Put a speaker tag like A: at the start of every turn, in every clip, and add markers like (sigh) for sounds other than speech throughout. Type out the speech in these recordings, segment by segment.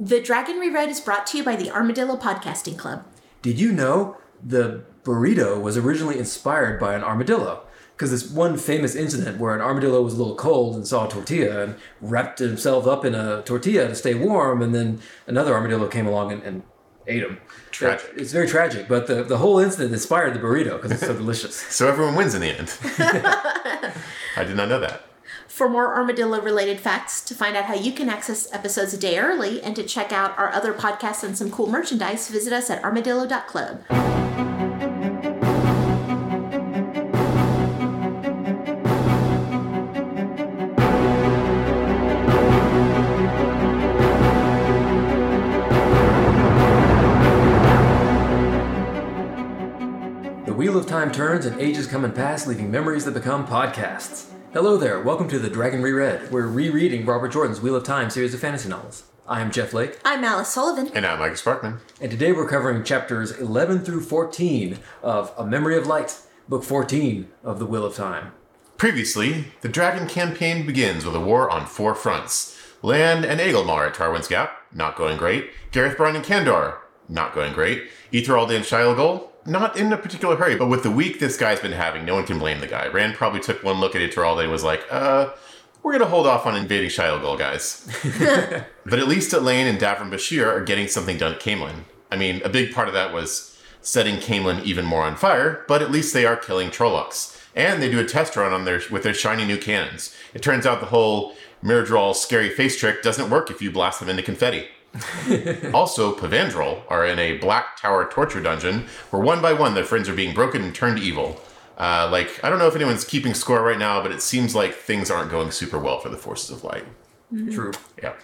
A: The Dragon Reread is brought to you by the Armadillo Podcasting Club.
B: Did you know the burrito was originally inspired by an armadillo? Because this one famous incident where an armadillo was a little cold and saw a tortilla and wrapped himself up in a tortilla to stay warm, and then another armadillo came along and, and ate him.
C: Tragic.
B: It's very tragic, but the, the whole incident inspired the burrito because it's so delicious.
C: So everyone wins in the end. I did not know that.
A: For more armadillo related facts, to find out how you can access episodes a day early, and to check out our other podcasts and some cool merchandise, visit us at armadillo.club.
B: The wheel of time turns and ages come and pass, leaving memories that become podcasts. Hello there, welcome to The Dragon Reread. We're rereading Robert Jordan's Wheel of Time series of fantasy novels. I'm Jeff Lake.
A: I'm Alice Sullivan.
C: And I'm Michael Sparkman.
B: And today we're covering chapters 11 through 14 of A Memory of Light, book 14 of The Wheel of Time.
C: Previously, the Dragon campaign begins with a war on four fronts. Land and Agelmar at Tarwin's Gap, not going great. Gareth Bryan and Kandor, not going great. Etheralda and Shialgol, not in a particular hurry, but with the week this guy's been having, no one can blame the guy. Rand probably took one look at Etheralda and was like, uh, we're gonna hold off on invading Shialgol, guys. but at least Elaine and Davram Bashir are getting something done at Camelin. I mean, a big part of that was setting Camelin even more on fire, but at least they are killing Trollocs. And they do a test run on their with their shiny new cannons. It turns out the whole Miradrol scary face trick doesn't work if you blast them into confetti. also, Pavandrol are in a Black Tower torture dungeon where one by one their friends are being broken and turned evil. Uh, like, I don't know if anyone's keeping score right now, but it seems like things aren't going super well for the forces of light.
B: True.
C: Yeah.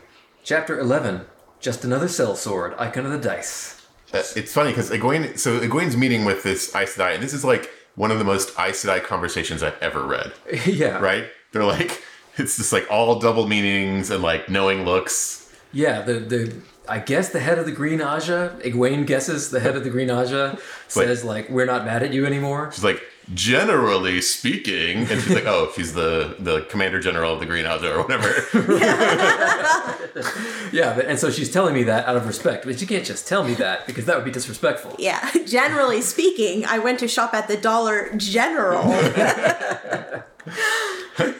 B: Chapter 11 Just Another Cell Sword, Icon of the Dice. (laughs)
C: That- Uh, it's funny because Egwene, so Egwene's meeting with this Aes Sedai, and this is like one of the most Aes Sedai conversations I've ever read,
B: yeah.
C: right? They're like, it's just like all double meanings and like knowing looks.
B: Yeah, the, the I guess the head of the Green Aja, Egwene guesses the head of the Green Aja, says, like, we're not mad at you anymore.
C: She's like, generally speaking, and she's like, oh, she's the the commander general of the Green Aja or whatever.
B: Yeah, but, and so she's telling me that out of respect, but she can't just tell me that because that would be disrespectful.
A: Yeah, (laughs) generally speaking, I went to shop at the Dollar
C: (laughs)
A: General,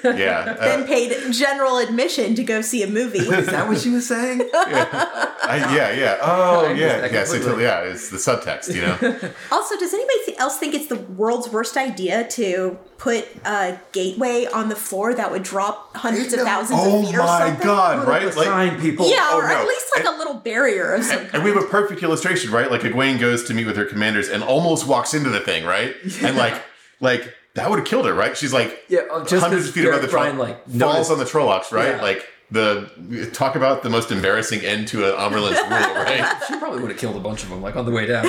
C: yeah. Uh,
A: then paid general admission to go see a
C: (laughs)
A: movie.
B: Is that what she was saying?
C: I- yeah, yeah. Oh,
B: missed
C: yeah,
B: that
C: yeah. So,
B: completely.
C: yeah, it's the subtext, you know.
A: Also, does anybody else think it's the world's worst idea to put a gateway on the floor that would drop hundreds of thousands
C: oh
A: of feet or
C: my
A: something?
C: god! (laughs) Right?
B: Like, sign people.
A: Yeah,
C: Oh,
A: or at
C: no.
A: least like a little barrier of some
C: And
A: kind.
C: we have a perfect illustration, right? Like Egwene goes to meet with her commanders and almost walks into the thing, right? And like, like that would have killed her, right? She's like,
B: Yeah, oh, just
C: hundreds
B: as
C: of feet above the
B: Garrett Bryan,
C: Troll,
B: like,
C: falls
B: noticed-
C: on the Trollocs, right?
B: Yeah.
C: Like the talk about the most embarrassing end to an Amerlin's
B: (laughs)
C: rule, right?
B: (laughs) She probably would have killed a bunch of them, like on the way
C: (laughs)
B: down.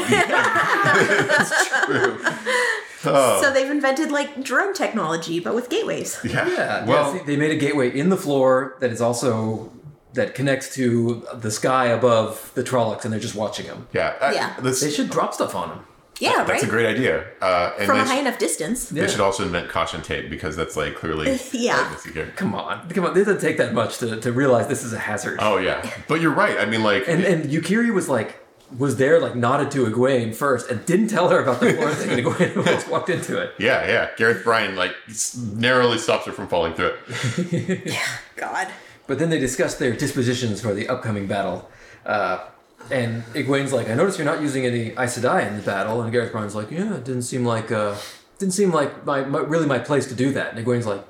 C: Oh.
A: So they've invented like drone technology, but with gateways.
C: Yeah.
B: Yeah,
C: Well,
B: yes, they made a gateway in the floor that is also that connects to the sky above the Trollocs, and they're just watching them.
C: yeah. I-
A: Yeah.
C: this-
B: They should drop stuff on them.
A: Yeah,
C: that's
A: right.
C: a great idea. Uh, and
A: From
C: they
A: a
C: sh-
A: high enough distance.
C: They should also invent caution tape because that's
A: (laughs)
C: like clearly
A: Yeah.
C: like, this here.
B: Come on, come on. It doesn't take that much to, to realize this is a hazard. (laughs)
C: Oh yeah, but you're right. I mean, like,
B: And and Yukiri was like was there like nodded to Egwene first and didn't tell her about the
C: (laughs)
B: floor thing, and Egwene (laughs) almost walked into it.
C: yeah, yeah. Gareth Bryan like s- narrowly stops her from falling through it.
A: God. (laughs)
B: But then they discussed their dispositions for the upcoming battle. Uh, and Egwene's like, I notice you're not using any Aes Sedai in the battle. And Gareth Bryan's like, Yeah, it didn't seem like uh, didn't seem like my, my really my place to do that. And Egwene's like,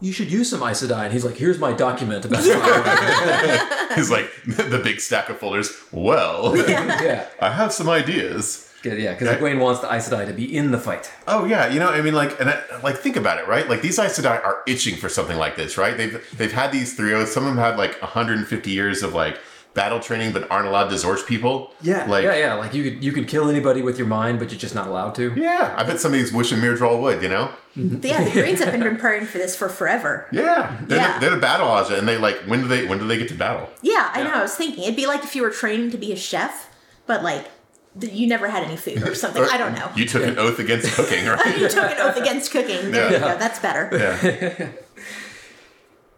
B: You should use some Aes Sedai. And he's like, Here's my document about it.
A: (laughs)
C: He's like (laughs) the big stack of folders. Well,
B: yeah,
C: (laughs) I have some ideas.
B: yeah, because
C: Yeah.
B: Egwene wants the Aes Sedai to be in the fight.
C: Oh yeah, you know, I mean, like, and I, like, think about it, right? Like, these Aes Sedai are itching for something like this, right? They've they've had these three oaths. Some of them had like 150 years of like battle training, but aren't allowed to Zorch people.
B: Yeah,
C: like,
B: yeah, yeah. Like you could you could kill anybody with your mind, but you're just not allowed to.
C: yeah. I bet some of these wish and Miradrol would, you know?
A: Yeah, the Greens have been praying for this for forever.
C: Yeah, they're,
A: Yeah.
C: The, they're the battle Aja, and they like when do they when do they get to battle?
A: Yeah, I know. I was thinking it'd be like if you were training to be a chef, but like th- you never had any food or something. I don't
C: (laughs)
A: know.
C: You took an oath against
A: (laughs)
C: cooking, (laughs) right? (laughs)
A: You took an oath against cooking. There you
C: Yeah.
A: go. That's better.
C: yeah.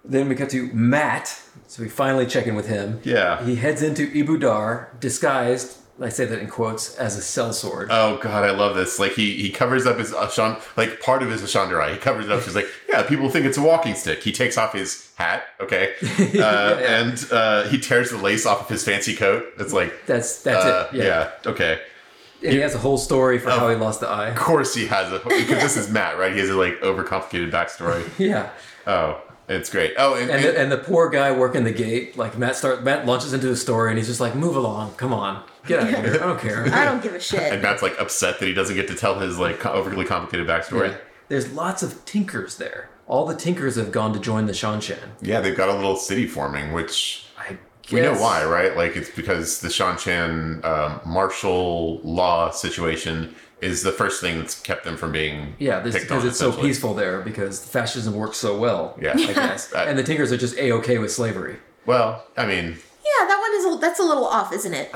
B: Then we cut to Matt. So we finally check in with him.
C: Yeah.
B: He heads into Ibudar disguised, I say that in quotes, as a sellsword.
C: Oh god, I love this. Like he he covers up his Ashan, like part of his Ashandarai. He covers it up. He's like, yeah, people think it's a walking stick. He takes off his hat, (laughs) okay, uh, and uh, he tears the lace off of his fancy coat. It's like,
B: that's that's
C: uh,
B: it. Yeah.
C: yeah, okay.
B: And he has a whole story for how he lost the eye.
C: Of course he has a because this is Matt, right? He has a like overcomplicated backstory.
B: (laughs) Yeah.
C: Oh, it's great. Oh, and,
B: And
C: and-
B: the, and the poor guy working the gate, like Matt start Matt launches into a story and he's just like, move along, come on, get out of here, I don't care.
C: (laughs)
A: I don't give a shit.
C: and Matt's like upset that he doesn't get to tell his like co- overly complicated backstory. Yeah.
B: There's lots of tinkers there. All the tinkers have gone to join the Shanshan.
C: they've got a little city forming, which
B: I guess.
C: we know why, right? Like it's because the Shan Chan um, martial law situation is the first thing that's kept them from being
B: Yeah, this,
C: picked
B: because
C: on,
B: it's so
C: essentially.
B: peaceful there because fascism works so well.
C: Yeah.
B: I
C: (laughs)
B: guess.
C: I-
B: and the tinkers are just a okay with slavery.
C: Well, I mean,
A: Yeah, that one is a, that's a little off, isn't it?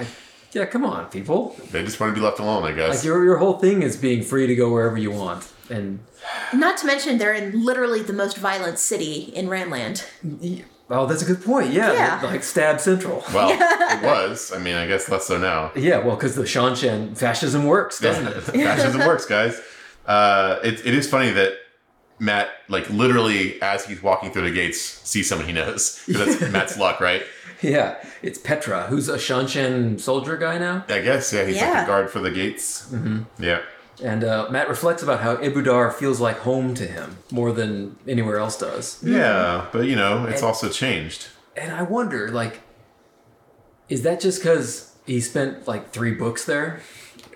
B: Yeah, come on, people.
C: they just want to be left alone, I guess.
B: Like your your whole thing is being free to go wherever you want, and
A: Not to mention they're in literally the most violent city in Ranland.
C: (laughs)
B: oh, that's a good point. Yeah,
A: Yeah.
B: like stab central. (laughs)
C: well, it was. I mean, I guess less so now.
B: Yeah, well, because the Shanshan fascism works, doesn't
C: (laughs)
B: it? (laughs)
C: Fascism works, guys. Uh, it, it is funny that Matt, like literally, as he's walking through the gates, sees someone he knows. (laughs) 'Cause That's
B: (laughs)
C: Matt's luck, right?
B: Yeah, it's Petra, who's a Shanshan soldier guy now.
C: I guess. Yeah, he's like
A: Yeah.
C: a guard for the gates. Mm-hmm. Yeah.
B: And uh, Matt reflects about how Ibudar feels like home to him more than anywhere else does.
C: Yeah, but you know, it's also changed.
B: And I wonder, like, is that just because he spent like three books there?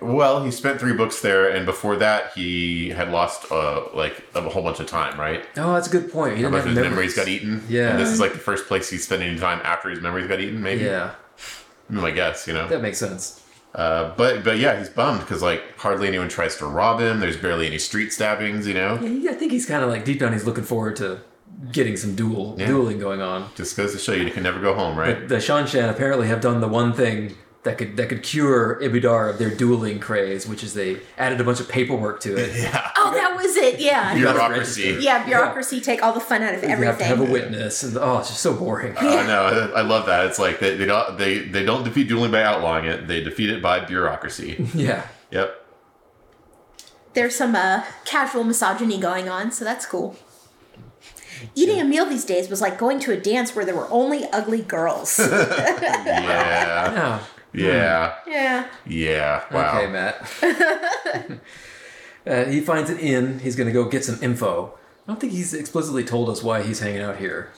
C: Well, he spent three books there, and before that, he had lost uh, like a whole bunch of time, right?
B: Oh, that's a good point. He didn't
C: Like
B: have
C: his
B: memories.
C: memories got eaten.
B: Yeah.
C: And this is like the first place he's spending any time after his memories got eaten, maybe.
B: Yeah,
C: I, mean, I guess, you know.
B: that makes sense.
C: Uh, but but yeah, he's bummed because like hardly anyone tries to rob him. There's barely any street stabbings, you know.
B: And he- I think he's kind of like deep down, he's looking forward to getting some duel dueling going on.
C: Just goes to show you, you can never go
B: (laughs)
C: home, right?
B: The Shanshan apparently have done the one thing that could that could cure Ibidar of their dueling craze, which is they added a bunch of paperwork to it.
C: (laughs)
A: Oh, that was it. Yeah.
B: gotta
C: Bureaucracy.
B: register.
A: Yeah, bureaucracy take all the fun out of
B: You have to have a
A: everything.
B: witness, and oh, it's just so boring.
C: I know. I- I love that. It's like they they don't they, they don't defeat dueling by outlawing it. They defeat it by bureaucracy.
B: (laughs) yeah,
C: yep.
B: (laughs)
A: There's some uh, casual misogyny going on, so that's cool. Eating a meal these days was like going to a dance where there were only ugly girls.
C: Yeah.
B: yeah.
C: Yeah.
A: yeah.
C: Yeah. Wow.
B: Okay, Matt. (laughs) uh, he finds an inn. He's going to go get some info. I don't think he's explicitly told us why he's hanging out here.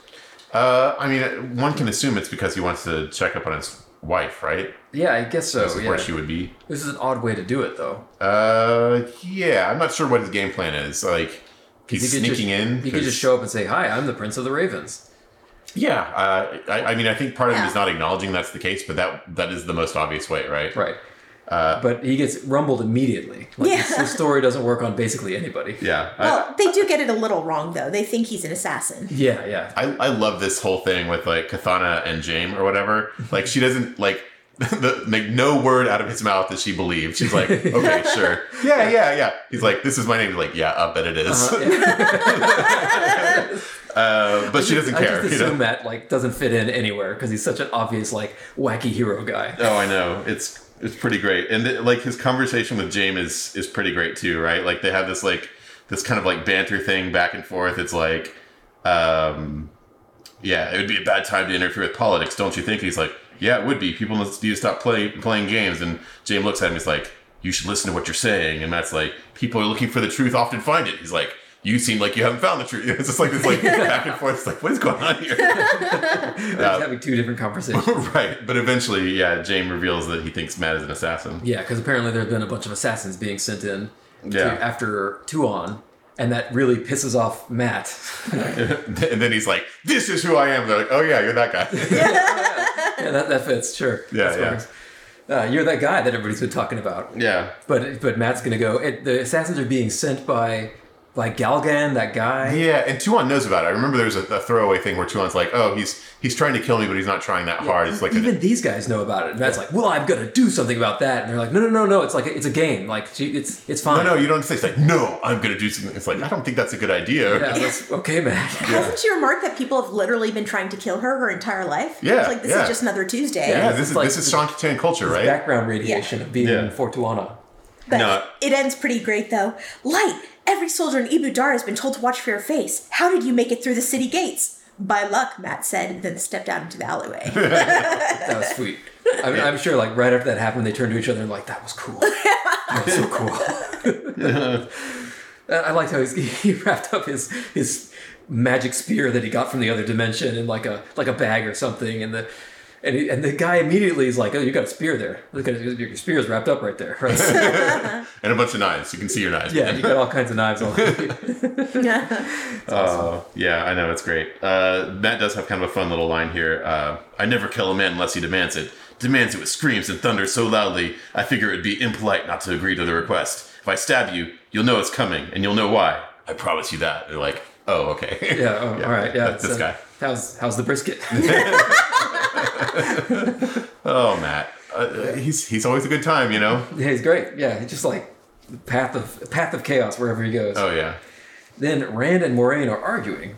C: Uh, I mean, one can assume it's because he wants to check up on his wife, right?
B: Yeah, I guess so.
C: This is
B: Oh, yeah.
C: where she would be.
B: This is an odd way to do it, though.
C: Uh, yeah. I'm not sure what his game plan is. Like, he's
B: He could
C: sneaking
B: just,
C: in.
B: He could
C: 'cause-
B: just show up and say, "Hi, I'm the Prince of the Ravens."
C: Yeah, uh, I, I mean, I think part of him is
A: Yeah.
C: not acknowledging that's the case, but that that is the most obvious way, right?
B: Right.
C: Uh,
B: but he gets rumbled immediately. Like
A: Yeah.
B: this, this story doesn't work on basically anybody.
C: Yeah. I-
A: Well, they do get it a little wrong, though. They think he's an assassin.
B: Yeah, yeah.
C: I, I love this whole thing with like Kathana and Jame
B: (laughs)
C: or whatever. Like she doesn't like (laughs) the, like no word out of his mouth that she believed.
B: (laughs)
C: She's like, okay, sure, yeah, yeah, yeah. He's like, this is my name. He's like, yeah, I bet it is.
B: Uh,
C: (laughs) uh
B: yeah.
C: but she doesn't
B: I
C: care.
B: just
C: you
B: assume
C: know?
B: that like doesn't fit in anywhere because he's such an obvious like wacky hero guy.
C: Oh, I know. It's it's pretty great, and th- like his conversation with James is is pretty great too, right? Like they have this like this kind of like banter thing back and forth. It's like, um, yeah, it would be a bad time to interfere with politics, don't you think? he's like, yeah, it would be. People must need to stop playing playing games. And James looks at him. He's like, you should listen to what you're saying. And Matt's like, people are looking for the truth, often find it. He's like. You seem like you haven't found the truth. (laughs) It's just like this, like back and forth. It's like, what is going on here?
B: (laughs) he's having two different conversations.
C: (laughs) right, but eventually, yeah, James reveals that he thinks Matt is an assassin.
B: yeah, because apparently there have been a bunch of assassins being sent in
C: Yeah.
B: to, after Tuon, and that really pisses off
C: (laughs)
B: Matt.
C: (laughs) And then he's like, "This is who I am." They're like, "Oh yeah, you're
B: (laughs)
C: that guy."
B: yeah, that, that fits. Sure.
C: Yeah,
B: That's
C: yeah.
B: fine. Uh, you're that guy that everybody's been talking about.
C: yeah,
B: But but Matt's gonna go. It, the assassins are being sent by like Galgan, that guy.
C: Yeah, and Tuan knows about it. I remember there was a, a throwaway thing where Tuan's like, "Oh, he's he's trying to kill me, but he's not trying that hard." It's like,
B: Even
C: a,
B: these guys know about it, and that's like, well, I'm gonna do something about that. And they're like, no, no, no, no. It's like it's a game. Like gee, it's it's
C: no,
B: fine.
C: no, you don't say. It's like, no, I'm gonna do something. It's like, I don't think that's a good idea.
B: Yeah, that's- okay, man.
A: Hasn't she remarked that people have literally been trying to kill her her entire life?
C: Yeah,
A: It's like this
C: yeah.
A: is just another Tuesday.
C: (laughs) Yeah,
B: It's
C: this is
B: like-
C: this is Shankatan culture,
B: (laughs)
C: right?
B: Background radiation of being
C: Yeah.
B: in Fortuana.
A: But
C: No.
A: it ends pretty great though. Light, every soldier in Ibudar has been told to watch for your face. How did you make it through the city gates? By luck, Matt said, and then stepped out into the alleyway. (laughs)
B: That was sweet. I mean, I'm sure, like right after that happened, they turned to each other and like, that was cool. That was so cool. (laughs) I I liked how he's, he wrapped up his his magic spear that he got from the other dimension in like a like a bag or something, and the. And, he, and the guy immediately is like, "Oh, you got a spear there. Look at it. Your spear is wrapped up right there. (laughs) Right?
C: And a bunch of knives. You can see your knives.
B: yeah, you got all kinds of knives on."
C: (laughs) Oh, yeah, I know. It's great. Uh, Matt does have kind of a fun little line here. Uh, I never kill a man unless he demands it. Demands it with screams and thunder so loudly, I figure it'd be impolite not to agree to the request. If I stab you, you'll know it's coming, and you'll know why. I promise you that. They're like, oh, okay. (laughs)
B: Yeah. Oh, all right. Yeah.
C: That's this
B: so,
C: guy.
B: How's how's the brisket? (laughs)
C: Oh, Matt. Uh, uh, he's he's always a good time,
B: (laughs)
C: you know.
B: Yeah, he's great. Yeah, he's just like the path of path of chaos wherever he goes.
C: Oh yeah.
B: Then Rand and Moraine are arguing.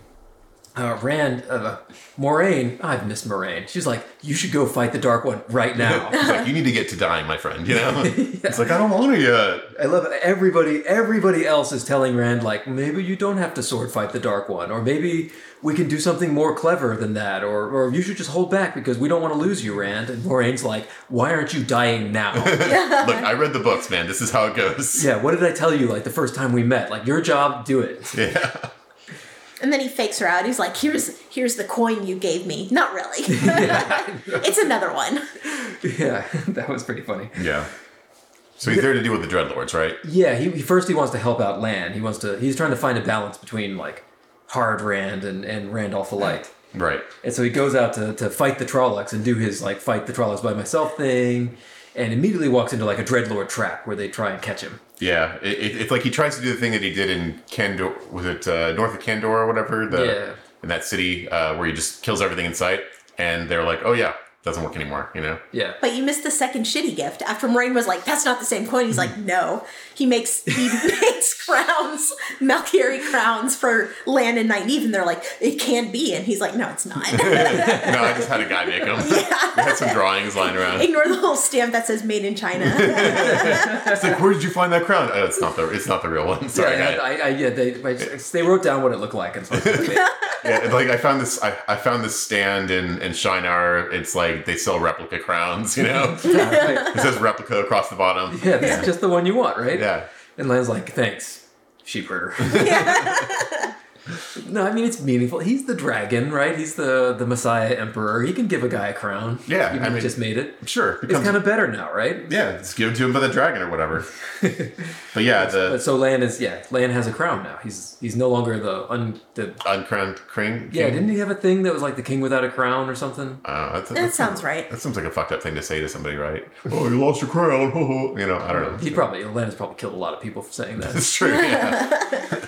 B: Uh, Rand, uh, Moraine, I've missed Moraine. She's like, "You should go fight the Dark One right now."
C: He's like, you need to get to dying, my friend. You know. It's like I don't want to
B: (laughs) (laughs)
C: yet.
B: I love it. everybody. Everybody else is telling Rand like, maybe you don't have to sword fight the Dark One, or maybe we can do something more clever than that, or or you should just hold back because we don't want to lose you, Rand. And Moraine's like, why aren't you dying (laughs) now?
C: (laughs) Look, I read the books, man. This is how it goes.
B: Yeah, what did I tell you like the first time we met? Like your job, do it.
C: Yeah.
A: and then he fakes her out. He's like, Here's here's the coin you gave me. Not really. (laughs)
C: (laughs)
A: it's another one.
B: (laughs) yeah, (laughs) that was pretty funny.
C: Yeah. So he's there to deal with the dreadlords, right?
B: Yeah, he, he first he wants to help out Lan. He wants to he's trying to find a balance between like hard Rand and, and Randolph alike.
C: Right.
B: And so he goes out to, to fight the Trollocs and do his like fight the Trollocs by myself thing and immediately walks into like a dreadlord trap where they try and catch him.
C: Yeah. It, it, it's like he tries to do the thing that he did in Kandor. Was it uh, north of Kandor or whatever? The,
B: Yeah.
C: In that city uh, where he just kills everything in sight, and they're like, "Oh yeah, doesn't work anymore," you know. (laughs)
B: Yeah.
A: But you missed the second shitty gift. After Moraine was like, That's not the same coin, he's like, No. He makes he (laughs) makes crowns, Malkiri crowns for Lan and Nynaeve, and they're like, It can be. And he's like, No, it's
C: (laughs)
A: not. (laughs)
C: no, I just had a guy
B: (laughs)
C: make them. we had some drawings lying around.
A: Ignore the little stamp that says made in
C: (laughs)
A: China.
C: It's like, where did you find that crown? Oh, it's not the it's not the real one. (laughs) Sorry,
B: yeah,
C: guy.
B: I, I, yeah, they I just- they wrote down what it looked like (laughs) and so
C: yeah, it's like I found this. I, I found this stand in in Shinar. It's like they sell replica crowns.
B: (laughs)
C: You know, it
B: yeah,
C: (laughs)
B: right.
C: says replica across the bottom.
B: yeah, this is just the one you want, right?
C: Yeah.
B: And Lan's like, thanks, sheep herder. (laughs) no, I mean it's meaningful. He's the dragon, right? He's the the Messiah Emperor. He can give a guy a crown.
C: Yeah,
B: even
C: I
B: if he
C: mean-
B: just made it.
C: Sure.
B: It's
C: becomes-
B: kind of better now, right?
C: Yeah, it's given to him by the dragon or
B: (laughs)
C: whatever. but yeah,
B: But
C: the
B: so Lan is yeah, Lan has a crown now. He's he's no longer the un the
C: uncrowned king.
B: yeah. Didn't he have a thing that was like the king without a crown or something?
C: Uh, that's,
A: that
C: that's-
A: sounds right.
C: That seems like a fucked up thing to say to somebody, right? oh, you lost your crown. (laughs) you know, I don't know. (laughs)
B: He probably Lan has probably killed a lot of people for saying that.
C: It's true. Yeah.
A: (laughs)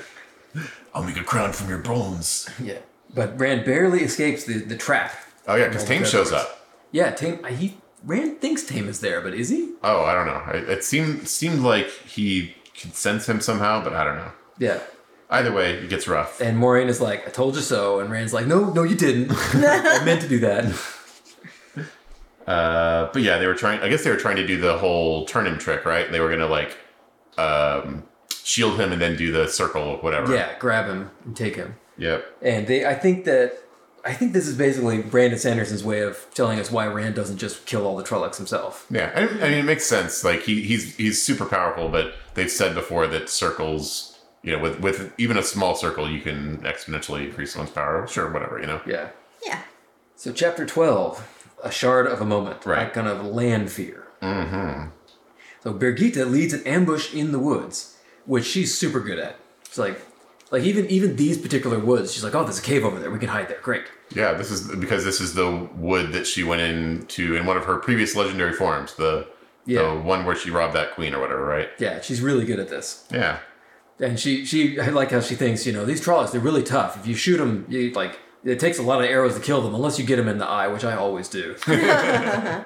C: I'll make a crown from your bones.
B: (laughs) yeah, but Rand barely escapes the the trap.
C: Oh yeah, because Tame shows up.
B: Yeah, Tame. He Rand thinks Tame is there, but is he?
C: Oh, I don't know. It, it seemed seemed like he could sense him somehow, but I don't know.
B: Yeah.
C: Either way, it gets rough.
B: And Maureen is like, I told you so. And Rand's like, no, no, you (laughs) didn't. I meant to do that.
C: Uh, but yeah, they were trying. I guess they were trying to do the whole turn him trick, right? They were gonna like um, shield him and then do the circle, whatever.
B: Yeah, grab him and take him.
C: Yep.
B: And they, I think that, I think this is basically Brandon Sanderson's way of telling us why Rand doesn't just kill all the Trollocs himself.
C: Yeah, I, I mean it makes sense. Like he, he's he's super powerful, but they've said before that circles, you know, with with even a small circle, you can exponentially increase someone's power. Sure, whatever, you know.
B: Yeah.
A: Yeah.
B: So chapter twelve, a shard of a moment,
C: Right.
B: That kind of land fear. Mm-hmm. So Birgitta leads an ambush in the woods, which she's super good at. It's like, like even even these particular woods, she's like, oh, there's a cave over there. We can hide there. Great.
C: Yeah, this is because this is the wood that she went into in one of her previous legendary forms, the
B: Yeah.
C: the one where she robbed that queen or whatever, right?
B: Yeah, she's really good at this.
C: Yeah.
B: and she she I like how she thinks. You know, these trolleys they're really tough. If you shoot them, you, like it takes a lot of arrows to kill them, unless you get them in the eye, which I always do. (laughs)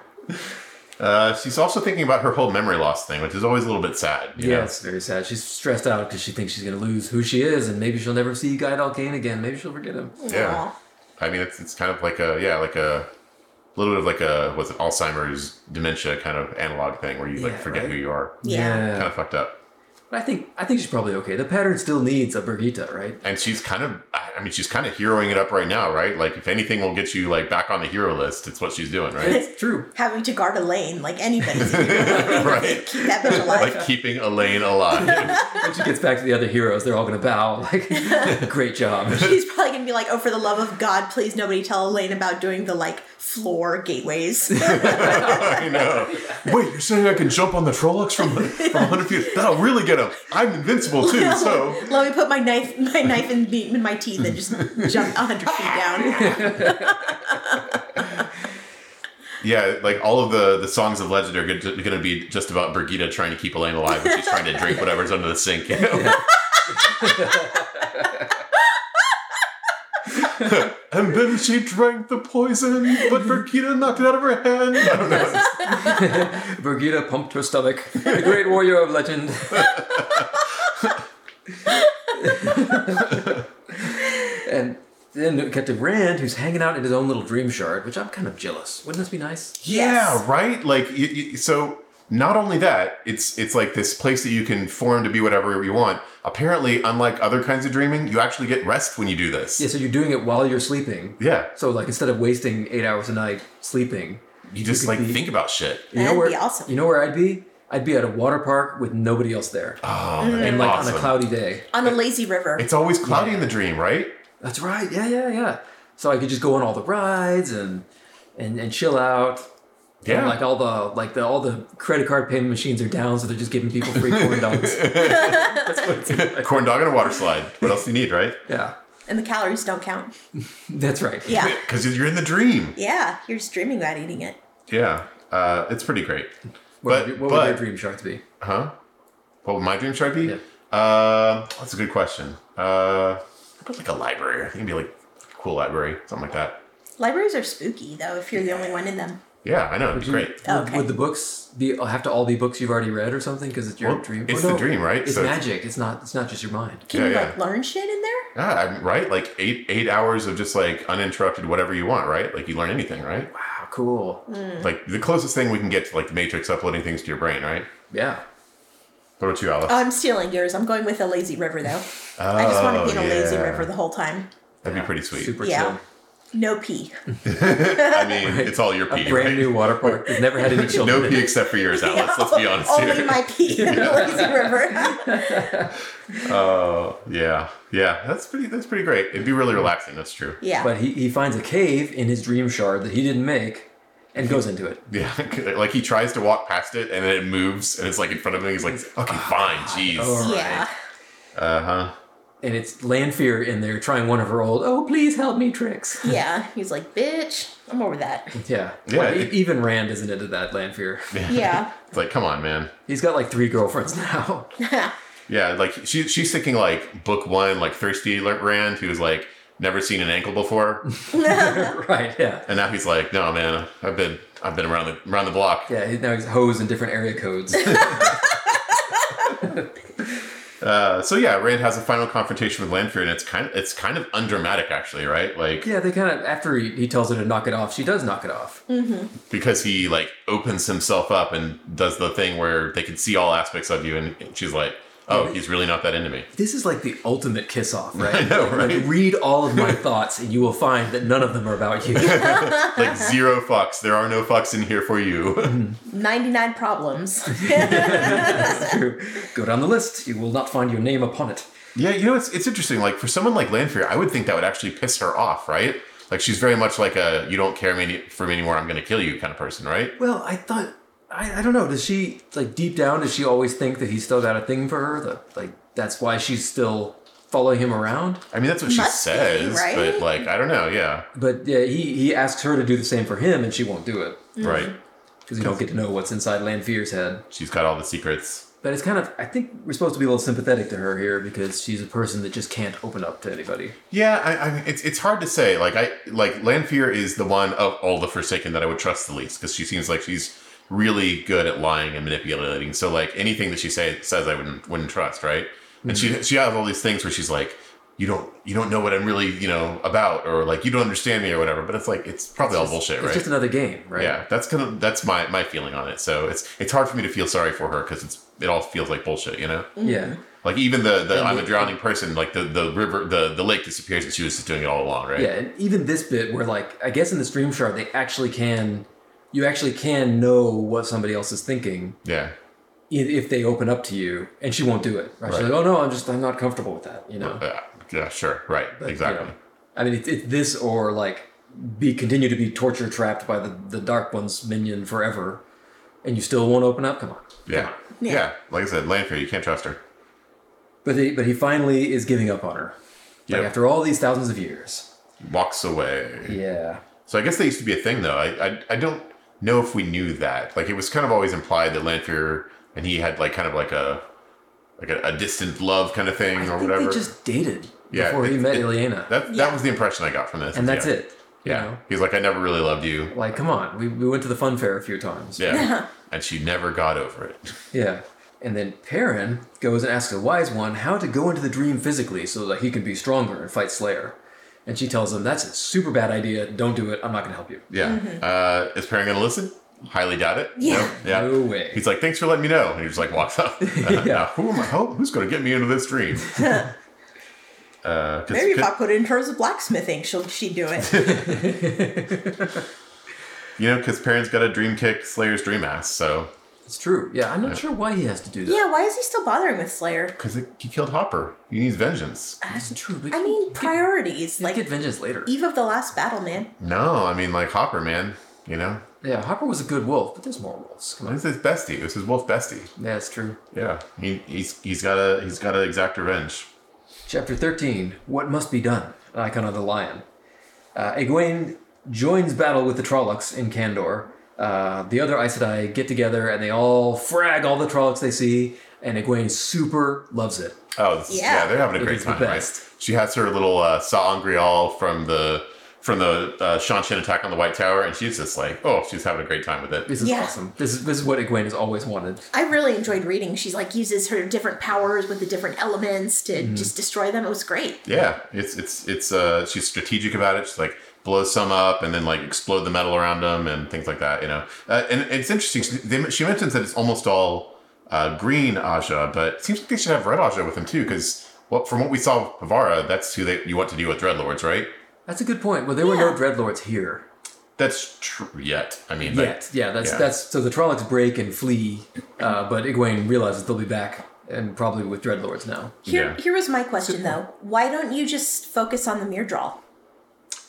C: Uh, she's also thinking about her whole memory loss thing, which is always a little bit sad. you know?
B: Yeah, it's very sad. She's stressed out because she thinks she's going to lose who she is, and maybe she'll never see Guy Dalkane again. Maybe she'll forget him.
C: Yeah. I mean, it's, it's kind of like a, yeah, like a little bit of like a, what's it, Alzheimer's dementia kind of analog thing where you like
B: Yeah,
C: forget
B: right?
C: who you are.
A: Yeah.
C: Kind of fucked up.
B: But I think I think she's probably okay. The pattern still needs a Brigitte, right?
C: And she's kind of, I I mean, she's kind of heroing it up right now, right? Like, if anything will get you like back on the hero list, it's what she's doing,
A: (laughs)
C: right? (laughs)
B: It's true.
A: Having to guard a lane like anybody's right. keep that
C: (laughs)
A: bitch alive.
C: like keeping Elaine alive.
B: When she gets back to the other heroes, they're all going to bow. (laughs) Like, great job.
C: (laughs)
A: He's probably gonna be like, "Oh, for the love of God, please nobody tell Elaine about doing the like floor
C: (laughs)
A: gateways."
C: I know. (laughs) Wait, you're saying I can jump on the Trollocs from, from 100 feet? That'll really get him. I'm invincible
A: (laughs)
C: too, so.
A: Let me put my knife, my knife in, the, in my teeth and just jump a hundred
C: (laughs)
A: feet down.
C: Yeah, like all of the the songs of legend are going to be just about Brigida trying to keep Elaine alive, and she's trying to drink whatever's under the sink. (laughs) You know? and then she drank the poison, but Brigida knocked it out of her hand. I don't know.
B: Brigitte pumped her stomach. The great warrior of legend. and then we cut to Rand, who's hanging out in his own little dream shard, which I'm kind of jealous. Wouldn't this be nice?
C: Yeah, right. Like you, you, so. Not only that, it's it's like this place that you can form to be whatever you want. Apparently, unlike other kinds of dreaming, you actually get rest when you do this.
B: Yeah, so you're doing it while you're sleeping.
C: Yeah,
B: So like instead of wasting eight hours a night sleeping,
C: you just
B: could
C: like
B: be-
C: think about shit.
B: you know
A: That'd
B: where
A: be awesome.
B: you know where I'd be? I'd be at a water park with nobody else there,
C: Oh,
B: and like on a
C: awesome.
B: cloudy day.
A: on a lazy river.
C: It's always cloudy in the dream, right?
B: That's right. Yeah, yeah, yeah. So I could just go on all the rides and and and chill out. And like all the like the all the credit card payment machines are down, so they're just giving people free corn dogs.
C: (laughs) corn dog and a water slide. What else do you need, right?
B: Yeah,
A: and the calories don't count.
B: that's right.
A: Yeah.
C: Because you're in the dream.
A: Yeah. You're just dreaming about eating it.
C: Yeah. Uh, it's pretty great.
B: What,
C: But,
B: would- what would your
C: but,
B: dream shark be?
C: huh? What would my dream shark be?
B: Yeah.
C: Uh, that's a good question. Uh, about like a library. It can be like a cool library, something like that.
A: Libraries are spooky though. If you're the only one in them,
C: Yeah, I know. It'd be great.
B: Would,
A: Oh, Okay.
B: would the books be have to all be books you've already read or something? Because it's your
C: Well,
B: dream.
C: it's
B: Or
C: the dream, right?
B: It's
C: So it's-
B: magic. It's not. It's not just your mind.
A: can
C: Yeah,
A: you
C: yeah.
A: like learn shit in there?
C: Yeah, I'm, right. Like eight eight hours of just like uninterrupted whatever you want, right? Like you learn anything, right?
B: Wow, cool.
A: Mm.
C: Like the closest thing we can get to like the Matrix uploading things to your brain, right?
B: Yeah.
C: What about you, Alice?
A: Oh, I'm stealing yours. I'm going with a lazy river though. I just want to be in a lazy
C: Oh, yeah.
A: river the whole time.
C: That'd be pretty sweet.
B: Super
A: Yeah.
B: chill.
A: No pee.
C: I mean, it's all your pee,
B: Brand
C: right?
B: new water park. They've never
C: (laughs)
B: had any children.
C: No
B: in
C: pee
B: it.
C: except for yours, Alice.
A: Yeah, (laughs)
C: Let's be honest
A: Only
C: (laughs) here.
A: Oh my pee in the lazy
C: (laughs)
A: river.
C: Oh, yeah, yeah. That's pretty. That's pretty great. It'd be really relaxing. That's true.
A: yeah.
B: But he, he finds a cave in his dream shard that he didn't make, and goes into it.
C: Yeah, (laughs) like he tries to walk past it, and then it moves, and it's like in front of him. He's like, "Okay, fine, jeez."
B: Oh.
A: yeah.
C: Uh (laughs) huh.
B: And it's Lanfear in there trying one of her old "Oh please help me" tricks.
A: Yeah. He's like, bitch, I'm over that. (laughs)
B: Yeah.
C: Yeah,
B: Like, e-
C: it-
B: even Rand isn't into that, Lanfear.
A: Yeah.
C: It's like, come on, man.
B: He's got like three girlfriends (laughs) now.
C: Yeah, like she, she's thinking like book one, like thirsty Rand, who's like never seen an ankle before,
B: right, yeah.
C: and now he's like, "No, man, I've been, I've been around the around the block."
B: Yeah, he- now he's hoes in different area codes.
C: Uh, so yeah, Rand has a final confrontation with Lanfear, and it's kind of it's kind of undramatic actually, right? Like
B: yeah, they kind of, after he, he tells her to knock it off, she does knock it off.
C: because he like opens himself up and does the thing where they can see all aspects of you, and she's like, "Oh, he's really not that into me."
B: This is like the ultimate kiss off, right? (laughs) I
C: know, right?
B: Like, read all of my thoughts and you will find that none of them are about (laughs) you.
C: Like
A: Uh-huh.
C: zero fucks. There are no fucks in here for you. (laughs)
A: 99 problems.
B: That's true. Go down the list, you will not find your name upon it.
C: yeah, you know it's it's interesting. Like for someone like Lanfear, I would think that would actually piss her off, right? Like she's very much like a "you don't care me for me anymore. I'm going to kill you" kind of person, right?
B: Well, I thought, I, I don't know, does she, like, deep down, does she always think that he's still got a thing for her? That, like, that's why she's still following him around?
C: I mean, that's what she
A: Must be,
C: says,
A: right?
C: but like I don't know. Yeah,
B: But yeah, he, he asks her to do the same for him and she won't do it.
C: right.
A: Mm-hmm.
B: Because you don't get to know what's inside Lanfear's head.
C: She's got all the secrets.
B: But it's kind of I think we're supposed to be a little sympathetic to her here because she's a person that just can't open up to anybody.
C: Yeah, I, I mean, it's it's hard to say. Like I like Lanfear is the one of all the Forsaken that I would trust the least because she seems like she's really good at lying and manipulating. So like anything that she say, says, I wouldn't wouldn't trust, right? And
B: Mm-hmm.
C: she she has all these things where she's like, you don't you don't know what I'm really you know about, or like you don't understand me or whatever. But it's like it's probably all bullshit,
B: It's
C: right?
B: just another game, right?
C: yeah, that's kind of that's my my feeling on it. So it's it's hard for me to feel sorry for her because it's it all feels like bullshit, you know.
B: Yeah.
C: Like even the, the
B: And
C: I'm a
B: the-
C: drowning person, like the, the river the, the lake disappears and she was just doing it all along, right?
B: Yeah, and even this bit where like I guess in the stream shard they actually can you actually can know what somebody else is thinking
C: Yeah.
B: i- if they open up to you and she won't do it. Right? She's
C: Right.
B: like, "Oh no, I'm just I'm not comfortable with that," you know.
C: Uh, yeah, sure. Right. exactly.
B: You know, I mean, it's, it's this or like be continue to be torture trapped by the the dark one's minion forever, and you still won't open up. Come on.
C: yeah. yeah.
A: Yeah.
C: Like I said, Lanfear, you can't trust her.
B: But he, but he finally is giving up on her.
C: Yeah.
B: Like after all these thousands of years.
C: Walks away.
B: Yeah.
C: So I guess that used to be a thing though. I, I I don't know if we knew that. Like it was kind of always implied that Lanfear and he had like kind of like a like a, a distant love kind of thing
B: I
C: or
B: think
C: whatever.
B: they just dated
C: Yeah,
B: before he
C: it-
B: met
C: it-
B: Ileana.
C: that that
A: Yeah.
C: was the impression I got from this.
B: and that's
C: yeah.
B: it. You
C: Yeah.
B: know?
C: He's like, I never really
B: (laughs)
C: loved you.
B: Like, come on. We, we went to the fun fair a few times.
C: Yeah. and she never got over it.
B: Yeah. And then Perrin goes and asks a wise one how to go into the dream physically so that he can be stronger and fight Slayer. And she tells him, that's a super bad idea. Don't do it. I'm not going to help you.
C: Yeah. Uh, is Perrin going to listen? Highly doubt it.
A: Mm-hmm. Yeah.
C: No, yeah.
B: No way.
C: He's like, thanks for letting me know. And he just like walks off. (laughs) Now, who am I? Who, who's going to get me into this
A: (laughs)
C: dream? uh, 'cause-
A: Maybe if I
C: cause,
A: put it in terms of blacksmithing, she'll she'd do
C: (laughs)
A: it.
C: you know, because Perrin's got a dream kick, Slayer's dream ass. So,
B: It's true. Yeah, I'm not sure why he has to do that.
A: yeah, why is he still bothering with Slayer?
C: because he killed Hopper. He needs vengeance.
B: That's true. but
A: I
B: he-
A: mean, E
B: he-
A: priorities.
B: he
A: Like
B: get vengeance later.
A: Eve of the Last Battle, man.
C: No, I mean, like Hopper, man. You know,
B: Yeah, Hopper was a good wolf, but there's more wolves. Come on.
C: this is his bestie. This is Wolf bestie.
B: Yeah, it's true.
C: Yeah, he, he's he's got to he's got to exact revenge.
B: Chapter 13 What Must Be Done Icon of the Lion. Uh, Egwene joins battle with the Trollocs in Kandor. Uh, the other Aes Sedai get together and they all frag all the Trollocs they see, and Egwene super loves it.
C: Oh, this is, yeah.
A: Yeah.
C: they're having a
B: It
C: great
B: is the
C: time, right?
B: best.
C: She has her little uh, Saw Angreal from the from the uh, Shan Shin attack on the White Tower, and she's just like, oh, she's having a great time with it.
B: This is
A: Yeah.
B: awesome. This is, this is what Egwene has always wanted.
A: I really enjoyed reading. She's like uses her different powers with the different elements to
C: Mm-hmm.
A: just destroy them. It was great.
C: Yeah, it's it's it's uh, she's strategic about it. She's like blows some up and then like explode the metal around them and things like that. You know, uh, and it's interesting. She, they, she mentions that it's almost all uh, green Aja, but it seems like they should have red Aja with them too, because well, from what we saw with Pavara, that's who they you want to deal with Dreadlords, right?
B: That's a good point. Well, there were no
A: Yeah.
B: Dreadlords here.
C: That's true. Yet, I mean, but-
B: Yet, yeah, that's
C: yeah.
B: that's so the Trollocs break and flee, uh, but Egwene realizes they'll be back and probably with Dreadlords now.
A: Here,
C: Yeah.
A: here was my question though. Why don't you just focus on the mirror draw?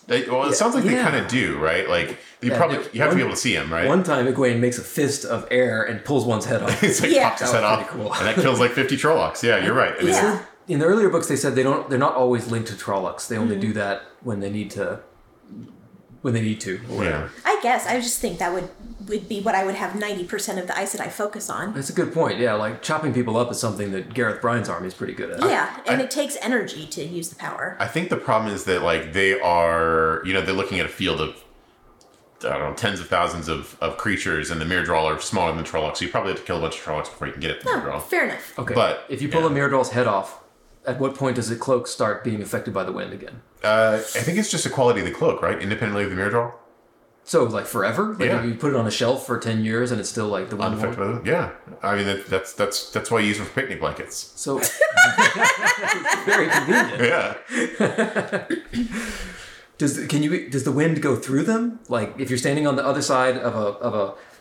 C: They, well, it sounds like they
B: Yeah.
C: kind of do, right? Like you
B: Yeah,
C: probably
B: they-
C: you have to
B: one-
C: be able to see him, right?
B: One time, Egwene makes a fist of air and pulls one's head
C: (laughs)
B: off.
C: it's like
A: Yeah.
C: pops his
B: That
C: head
B: was
C: off,
B: pretty cool.
C: and that kills like fifty Trollocs. Yeah, you're right. It is-
A: Yeah.
B: In the earlier books, they said they don't—they're not always linked to Trollocs. They only do that when they need to, when they need to. Or whatever.
C: yeah.
A: I guess I just think that would would be what I would have ninety percent of the ice that I focus on.
B: That's a good point. Yeah, like chopping people up is something that Gareth Bryan's army is pretty good at.
A: yeah, and
C: I-
A: it takes energy to use the power.
C: I think the problem is that like they are, you know, they're looking at a field of I don't know, tens of thousands of, of creatures, and the mirror draw are smaller than Trollocs, so you probably have to kill a bunch of Trollocs before you can get it to the mirror
A: Oh,
C: draw.
A: fair enough.
B: Okay.
C: But-
B: if you pull
C: yeah.
B: a Mirrodol's head off, at what point does the cloak start being affected by the wind again?
C: Uh, I think it's just a quality of the cloak, right? Independently of the mirror draw,
B: So like forever? Like
C: Yeah.
B: if you put it on a shelf for ten years and it's still like the wind.
C: unaffected
B: won't-
C: by them. Yeah, I mean that, that's that's that's why you use them for picnic blankets.
B: So (laughs) very convenient.
C: Yeah,
B: Does can you does the wind go through them? Like if you're standing on the other side of a of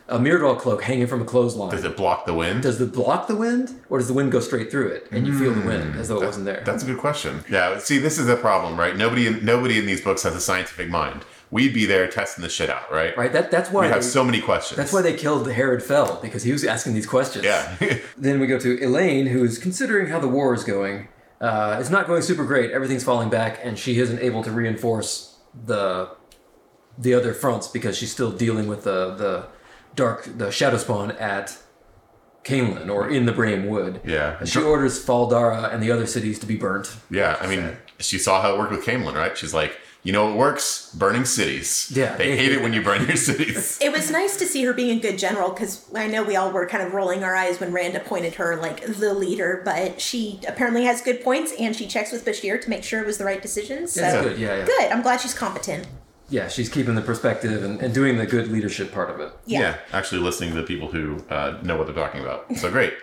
B: a, a Mirrodol cloak hanging from a clothesline.
C: does it block the wind?
B: Does it block the wind, or does the wind go straight through it and you feel the
C: Mm,
B: wind as though it wasn't there?
C: That's a good question. Yeah, see, this is the problem, right? Nobody, nobody in these books has a scientific mind. We'd be there testing the shit out, right?
B: right. That that's
C: We
B: why
C: have
B: they-
C: so many questions.
B: that's why they killed Herod Fell because he was asking these questions.
C: Yeah, (laughs)
B: Then we go to Elaine, who is considering how the war is going. Uh, it's not going super great. Everything's falling back, and she isn't able to reinforce the the other fronts because she's still dealing with the the dark the shadow spawn at Camelin or in the Brame Wood.
C: Yeah.
B: And she orders Faldara and the other cities to be burnt.
C: Yeah, I mean, she saw how it worked with Camelin, right? She's like, you know, it works burning cities.
B: Yeah.
C: they hate it when you burn your (laughs) cities.
A: It was nice to see her being a good general because I know we all were kind of rolling our eyes when Rand appointed her like the leader, but she apparently has good points and she checks with Bashir to make sure it was the right decision. So
B: That's good. Yeah, yeah.
A: Good. I'm glad she's competent.
B: Yeah, she's keeping the perspective and, and doing the good leadership part of it.
A: Yeah.
C: actually listening to the people who uh, know what they're talking about. So great.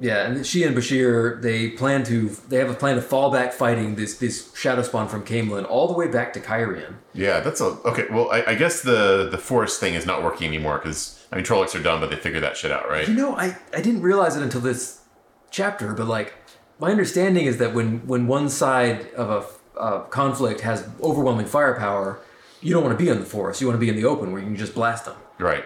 B: Yeah, and she and Bashir they plan to they have a plan to fall back fighting this this shadow spawn from Camelin all the way back to Kyrian.
C: Yeah, that's a okay. Well, I, I guess the the forest thing is not working anymore because I mean, Trollocs are done, but they figured that shit out, right?
B: You know, I, I didn't realize it until this chapter, but like my understanding is that when when one side of a f- uh, conflict has overwhelming firepower, you don't want to be in the forest. You want to be in the open where you can just blast them.
C: Right.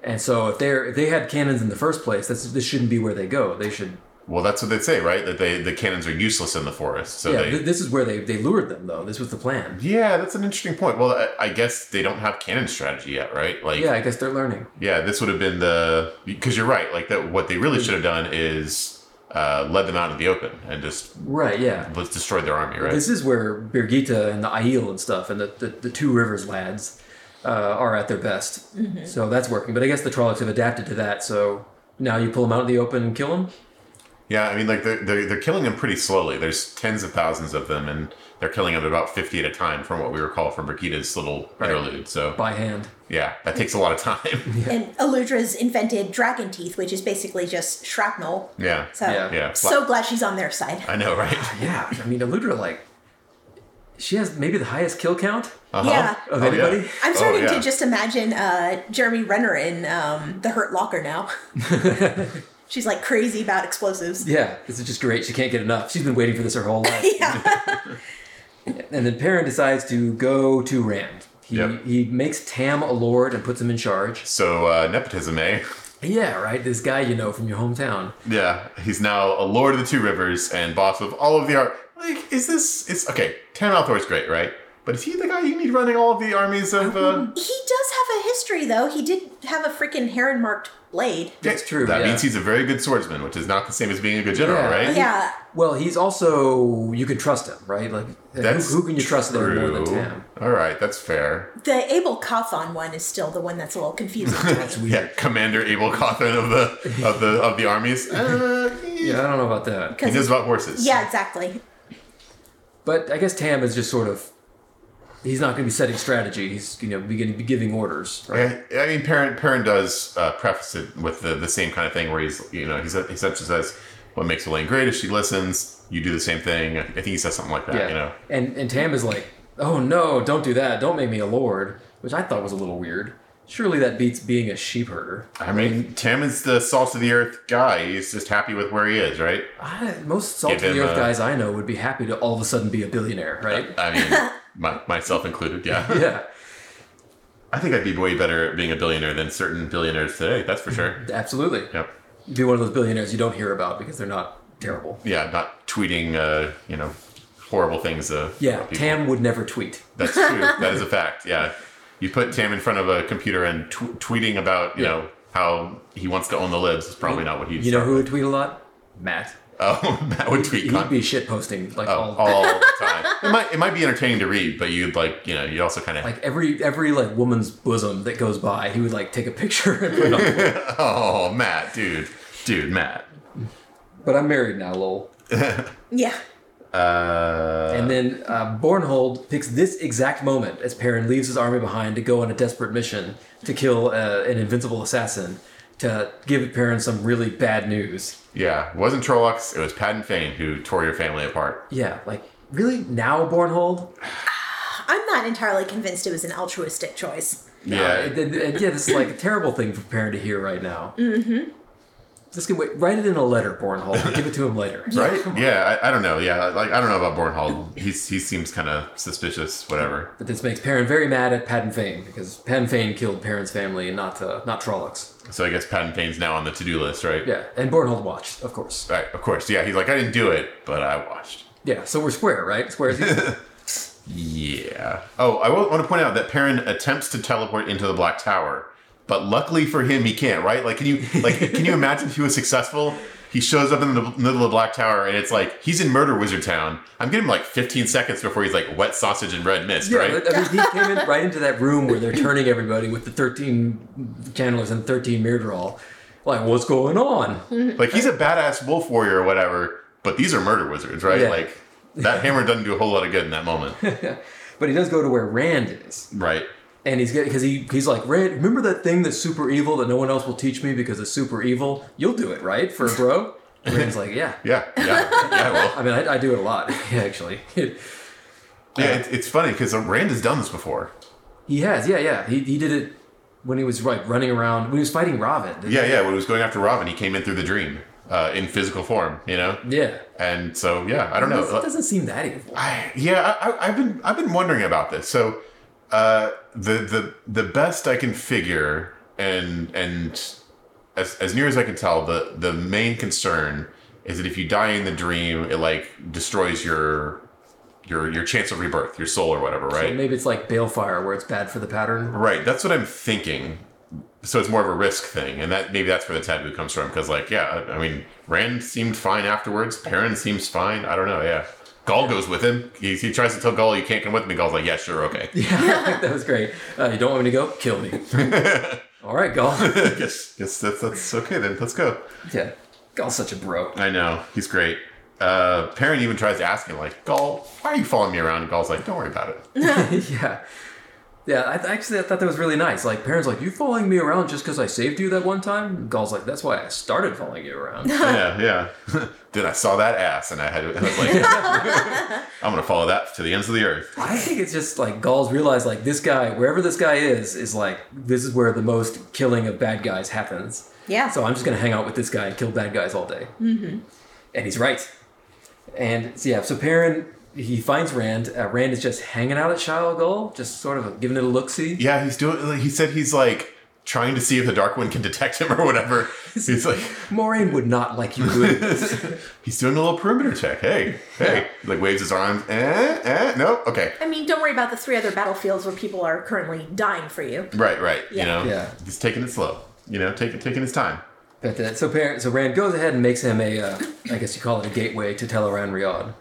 B: And so if they're if they had cannons in the first place, that's this shouldn't be where they go. They should
C: Well, that's what they say, right? That they the cannons are useless in the forest. So
B: yeah.
C: they.
B: th- this is where they they lured them though. This was the plan.
C: yeah, that's an interesting point. Well, I, I guess they don't have cannon strategy yet, right? Like,
B: Yeah, I guess they're learning.
C: yeah, this would have been the because you're right. Like that, what they really should have done is uh, led them out in the open and just
B: Right. Yeah.
C: let's destroy their army, right?
B: This is where Birgitta and the Aiel and stuff and the, the, the Two Rivers lads uh, are at their best. So that's working. But I guess the Trollocs have adapted to that. So now you pull them out in the open and kill them?
C: Yeah, I mean, like they're, they're they're killing them pretty slowly. There's tens of thousands of them, and they're killing them about fifty at a time, from what we recall from Brigitte's little interlude. So
B: By hand.
C: yeah, that takes a lot of time.
A: (laughs) And Eludra's invented dragon teeth, which is basically just shrapnel.
C: yeah,
A: So
B: Yeah.
C: yeah.
A: so glad she's on their side.
C: I know, right?
B: Yeah. I mean, Eludra, like, she has maybe the highest kill count
C: Uh-huh.
A: Yeah.
B: of
C: Oh, yeah.
B: anybody.
A: I'm
C: Oh,
A: starting
C: yeah.
A: to just imagine uh, Jeremy Renner in um, The Hurt Locker now. she's like crazy about explosives.
B: Yeah, this is just great. She can't get enough. She's been waiting for this her whole life.
A: (laughs)
B: and then Perrin decides to go to Rand. He,
C: Yep.
B: he makes Tam a lord and puts him in charge.
C: So uh, nepotism, eh?
B: Yeah, right? This guy you know from your hometown.
C: Yeah, he's now a lord of the two rivers and boss of all of the art. Like, is this? It's okay. Tan Althor's great, right? But is he the guy you need running all of the armies of? Uh,
A: He does have a history, though. He did have a freaking heron marked blade.
B: That's true,
C: That
B: yeah.
C: means he's a very good swordsman, which is not the same as being a good general,
B: Yeah.
C: right?
A: Yeah.
B: Well, he's also you can trust him, right? Like
C: That's
B: who, who can you trust there more than
C: true.
B: Tam?
C: All right, that's fair.
A: The Abel Cawthon one is still the one that's a little confusing to me.
C: Yeah, Commander Abel Cawthon of the of the of the armies. Uh,
B: (laughs) Yeah, I don't know about that.
C: He knows
A: 'Cause-
C: about horses.
A: yeah, exactly.
B: But I guess Tam is just sort of he's not going to be setting strategy. He's you know be, gonna be giving orders, right?
C: Yeah, I mean, Perrin, Perrin does uh, preface it with the, the same kind of thing where he's, you know, he's, he essentially says, what makes Elaine great is she listens, you do the same thing. I think he says something like that, you know.
B: And and Tam is like, "Oh no, don't do that. Don't make me a lord," which I thought was a little weird. Surely that beats being a sheep herder.
C: I mean, Tim is the salt of the earth guy. He's just happy with where he is, right?
B: I, most salt of
C: Give
B: the
C: him
B: earth
C: a-
B: guys I know would be happy to all of a sudden be a billionaire, right?
C: (laughs) I
B: (laughs)
C: mean, my, myself included, yeah.
B: yeah,
C: I think I'd be way better at being a billionaire than certain billionaires today, that's
B: (laughs)
C: for sure.
B: absolutely.
C: Yep.
B: Be one of those billionaires you don't hear about because they're not terrible.
C: Yeah, not tweeting, uh, you know, horrible things. Uh,
B: Yeah,
C: about people.
B: Tam would never tweet.
C: That's true. that is a fact. Yeah. You put Tam in front of a computer and tw- tweeting about, you
B: Yeah.
C: know, how he wants to own the libs is probably not what he'd
B: You know
C: start
B: who
C: with.
B: would tweet a lot? Matt.
C: (laughs) Oh, Matt would tweet
B: He'd
C: con-
B: be shit posting like
C: oh,
B: all, (laughs)
C: all the time. It might, it might be entertaining to read, but you'd like, you know, you also kind of,
B: like every every like woman's bosom that goes by, he would like take a picture and put it on.
C: (laughs) oh, Matt, dude. Dude, Matt.
B: But I'm married now, lol.
A: Yeah.
C: Uh,
B: And then uh, Bornhold picks this exact moment as Perrin leaves his army behind to go on a desperate mission to kill uh, an invincible assassin to give Perrin some really bad news.
C: yeah. It wasn't Trollocs. It was Patton Fane who tore your family apart.
B: Yeah, like really now Bornhold?
A: I'm not entirely convinced it was an altruistic choice.
C: Yeah.
B: Uh, th- th- yeah, this is like a terrible thing for Perrin to hear right now. Mm-hmm. Just can wait, write it in a letter, Bornhold. Give it to him later.
C: Right? Yeah, I, I don't know. Yeah, like I don't know about Bornhall. He's he seems kind of suspicious. Whatever.
B: But this makes Perrin very mad at Patton Fane because Patton Fane killed Perrin's family and not uh, not Trollocs.
C: So I guess Patton Fane's now on the to-do list, right?
B: Yeah, and Bornhold watched, of course.
C: Right, of course. Yeah, he's like, I didn't do it, but I watched.
B: Yeah, so we're square, right? Square is
C: (laughs)
B: easy.
C: Yeah. Oh, I want to point out that Perrin attempts to teleport into the Black Tower, But luckily for him, he can't. Right? Like, can you
B: (laughs)
C: like can you imagine if he was successful? He shows up in the middle of the Black Tower, and it's like he's in Murder Wizard Town. I'm giving him like 15 seconds before he's like wet sausage and red mist,
B: Yeah,
C: right?
B: I mean, he came in right into that room where they're turning everybody with the 13 candles and 13 mirror all. Like, what's going on?
C: Like he's a badass wolf warrior or whatever, but these are murder wizards, right?
B: Yeah.
C: Like that hammer doesn't do a whole lot of good in that
B: (laughs)
C: moment,
B: But he does go to where Rand is.
C: right?
B: And he's because he, he's like, Rand, remember that thing that's super evil that no one else will teach me because it's super evil? You'll do it, right? For a
C: (laughs)
B: bro? And Rand's like, yeah.
C: Yeah, yeah, yeah. Well,
B: I mean, I, I do it a lot, (laughs) actually.
C: yeah. It's, it's funny because Rand has done this before.
B: he has, yeah, yeah. He, he did it when he was like running around, when he was fighting Ravid.
C: Yeah, yeah. When he was going after Robin, he came in through the dream uh, in physical form, you know.
B: Yeah.
C: And so, yeah, I don't know.
B: It doesn't seem that evil.
C: I, yeah, I, I- I've been I've been wondering about this. So uh, the the the best I can figure, and and as as near as I can tell, the the main concern is that if you die in the dream, it like destroys your your your chance of rebirth, your soul or whatever, right?
B: Maybe it's like Balefire, where it's bad for the pattern. (laughs)
C: (laughs) Right, that's what I'm thinking. So it's more of a risk thing, and that maybe that's where the taboo comes from. Because like, yeah, I I mean, Rand seemed fine afterwards. Perrin seems fine. I don't know. Yeah, Gaul goes with him. He, he tries to tell Gaul, "You can't come with me." Gaul's like, (laughs) "Yeah, sure, okay."
B: Yeah, that was great. Uh, you don't want me to go? Kill
C: (laughs)
B: me. All right, Gall.
C: yes, yes, that's that's okay then. Let's go.
B: Yeah, Gall's such a bro.
C: I know he's great. Uh, Perrin even tries to ask him, like, "Gaul, why are you following me around?" And Gaul's like, "Don't worry about it."
B: (laughs) yeah, yeah. I th- actually I thought that was really nice. Like, parents like you following me around just because I saved you that one time. And Gall's like, that's why I started following you around.
C: (laughs) yeah, yeah. (laughs) then I saw that ass, and I had, I was like, (laughs) "I'm gonna follow that to the ends of the earth."
B: I think it's just like Gall's realized like this guy, wherever this guy is, is like this is where the most killing of bad guys happens.
A: Yeah.
B: So I'm just gonna hang out with this guy and kill bad guys all day. Mm-hmm. And he's right. And so, yeah, so Perrin he finds Rand. Uh, Rand is just hanging out at Shiloh Gull, just sort of giving it a look see.
C: Yeah, he's doing. Like, he said he's like trying to see if the Dark One can detect him or whatever. He's like,
B: Moraine would not like you doing this.
C: he's doing a little perimeter check. Hey, hey. Like waves his arms. Eh, eh. Nope. Okay.
A: I mean, don't worry about the three other battlefields where people are currently dying for you.
C: Right, right.
A: Yeah.
C: You know,
B: Yeah.
C: he's taking it slow. You know, taking taking his time.
B: But uh, so Perrin, so Rand goes ahead and makes him a, uh, I guess you call it a gateway to Teleran Riyadh.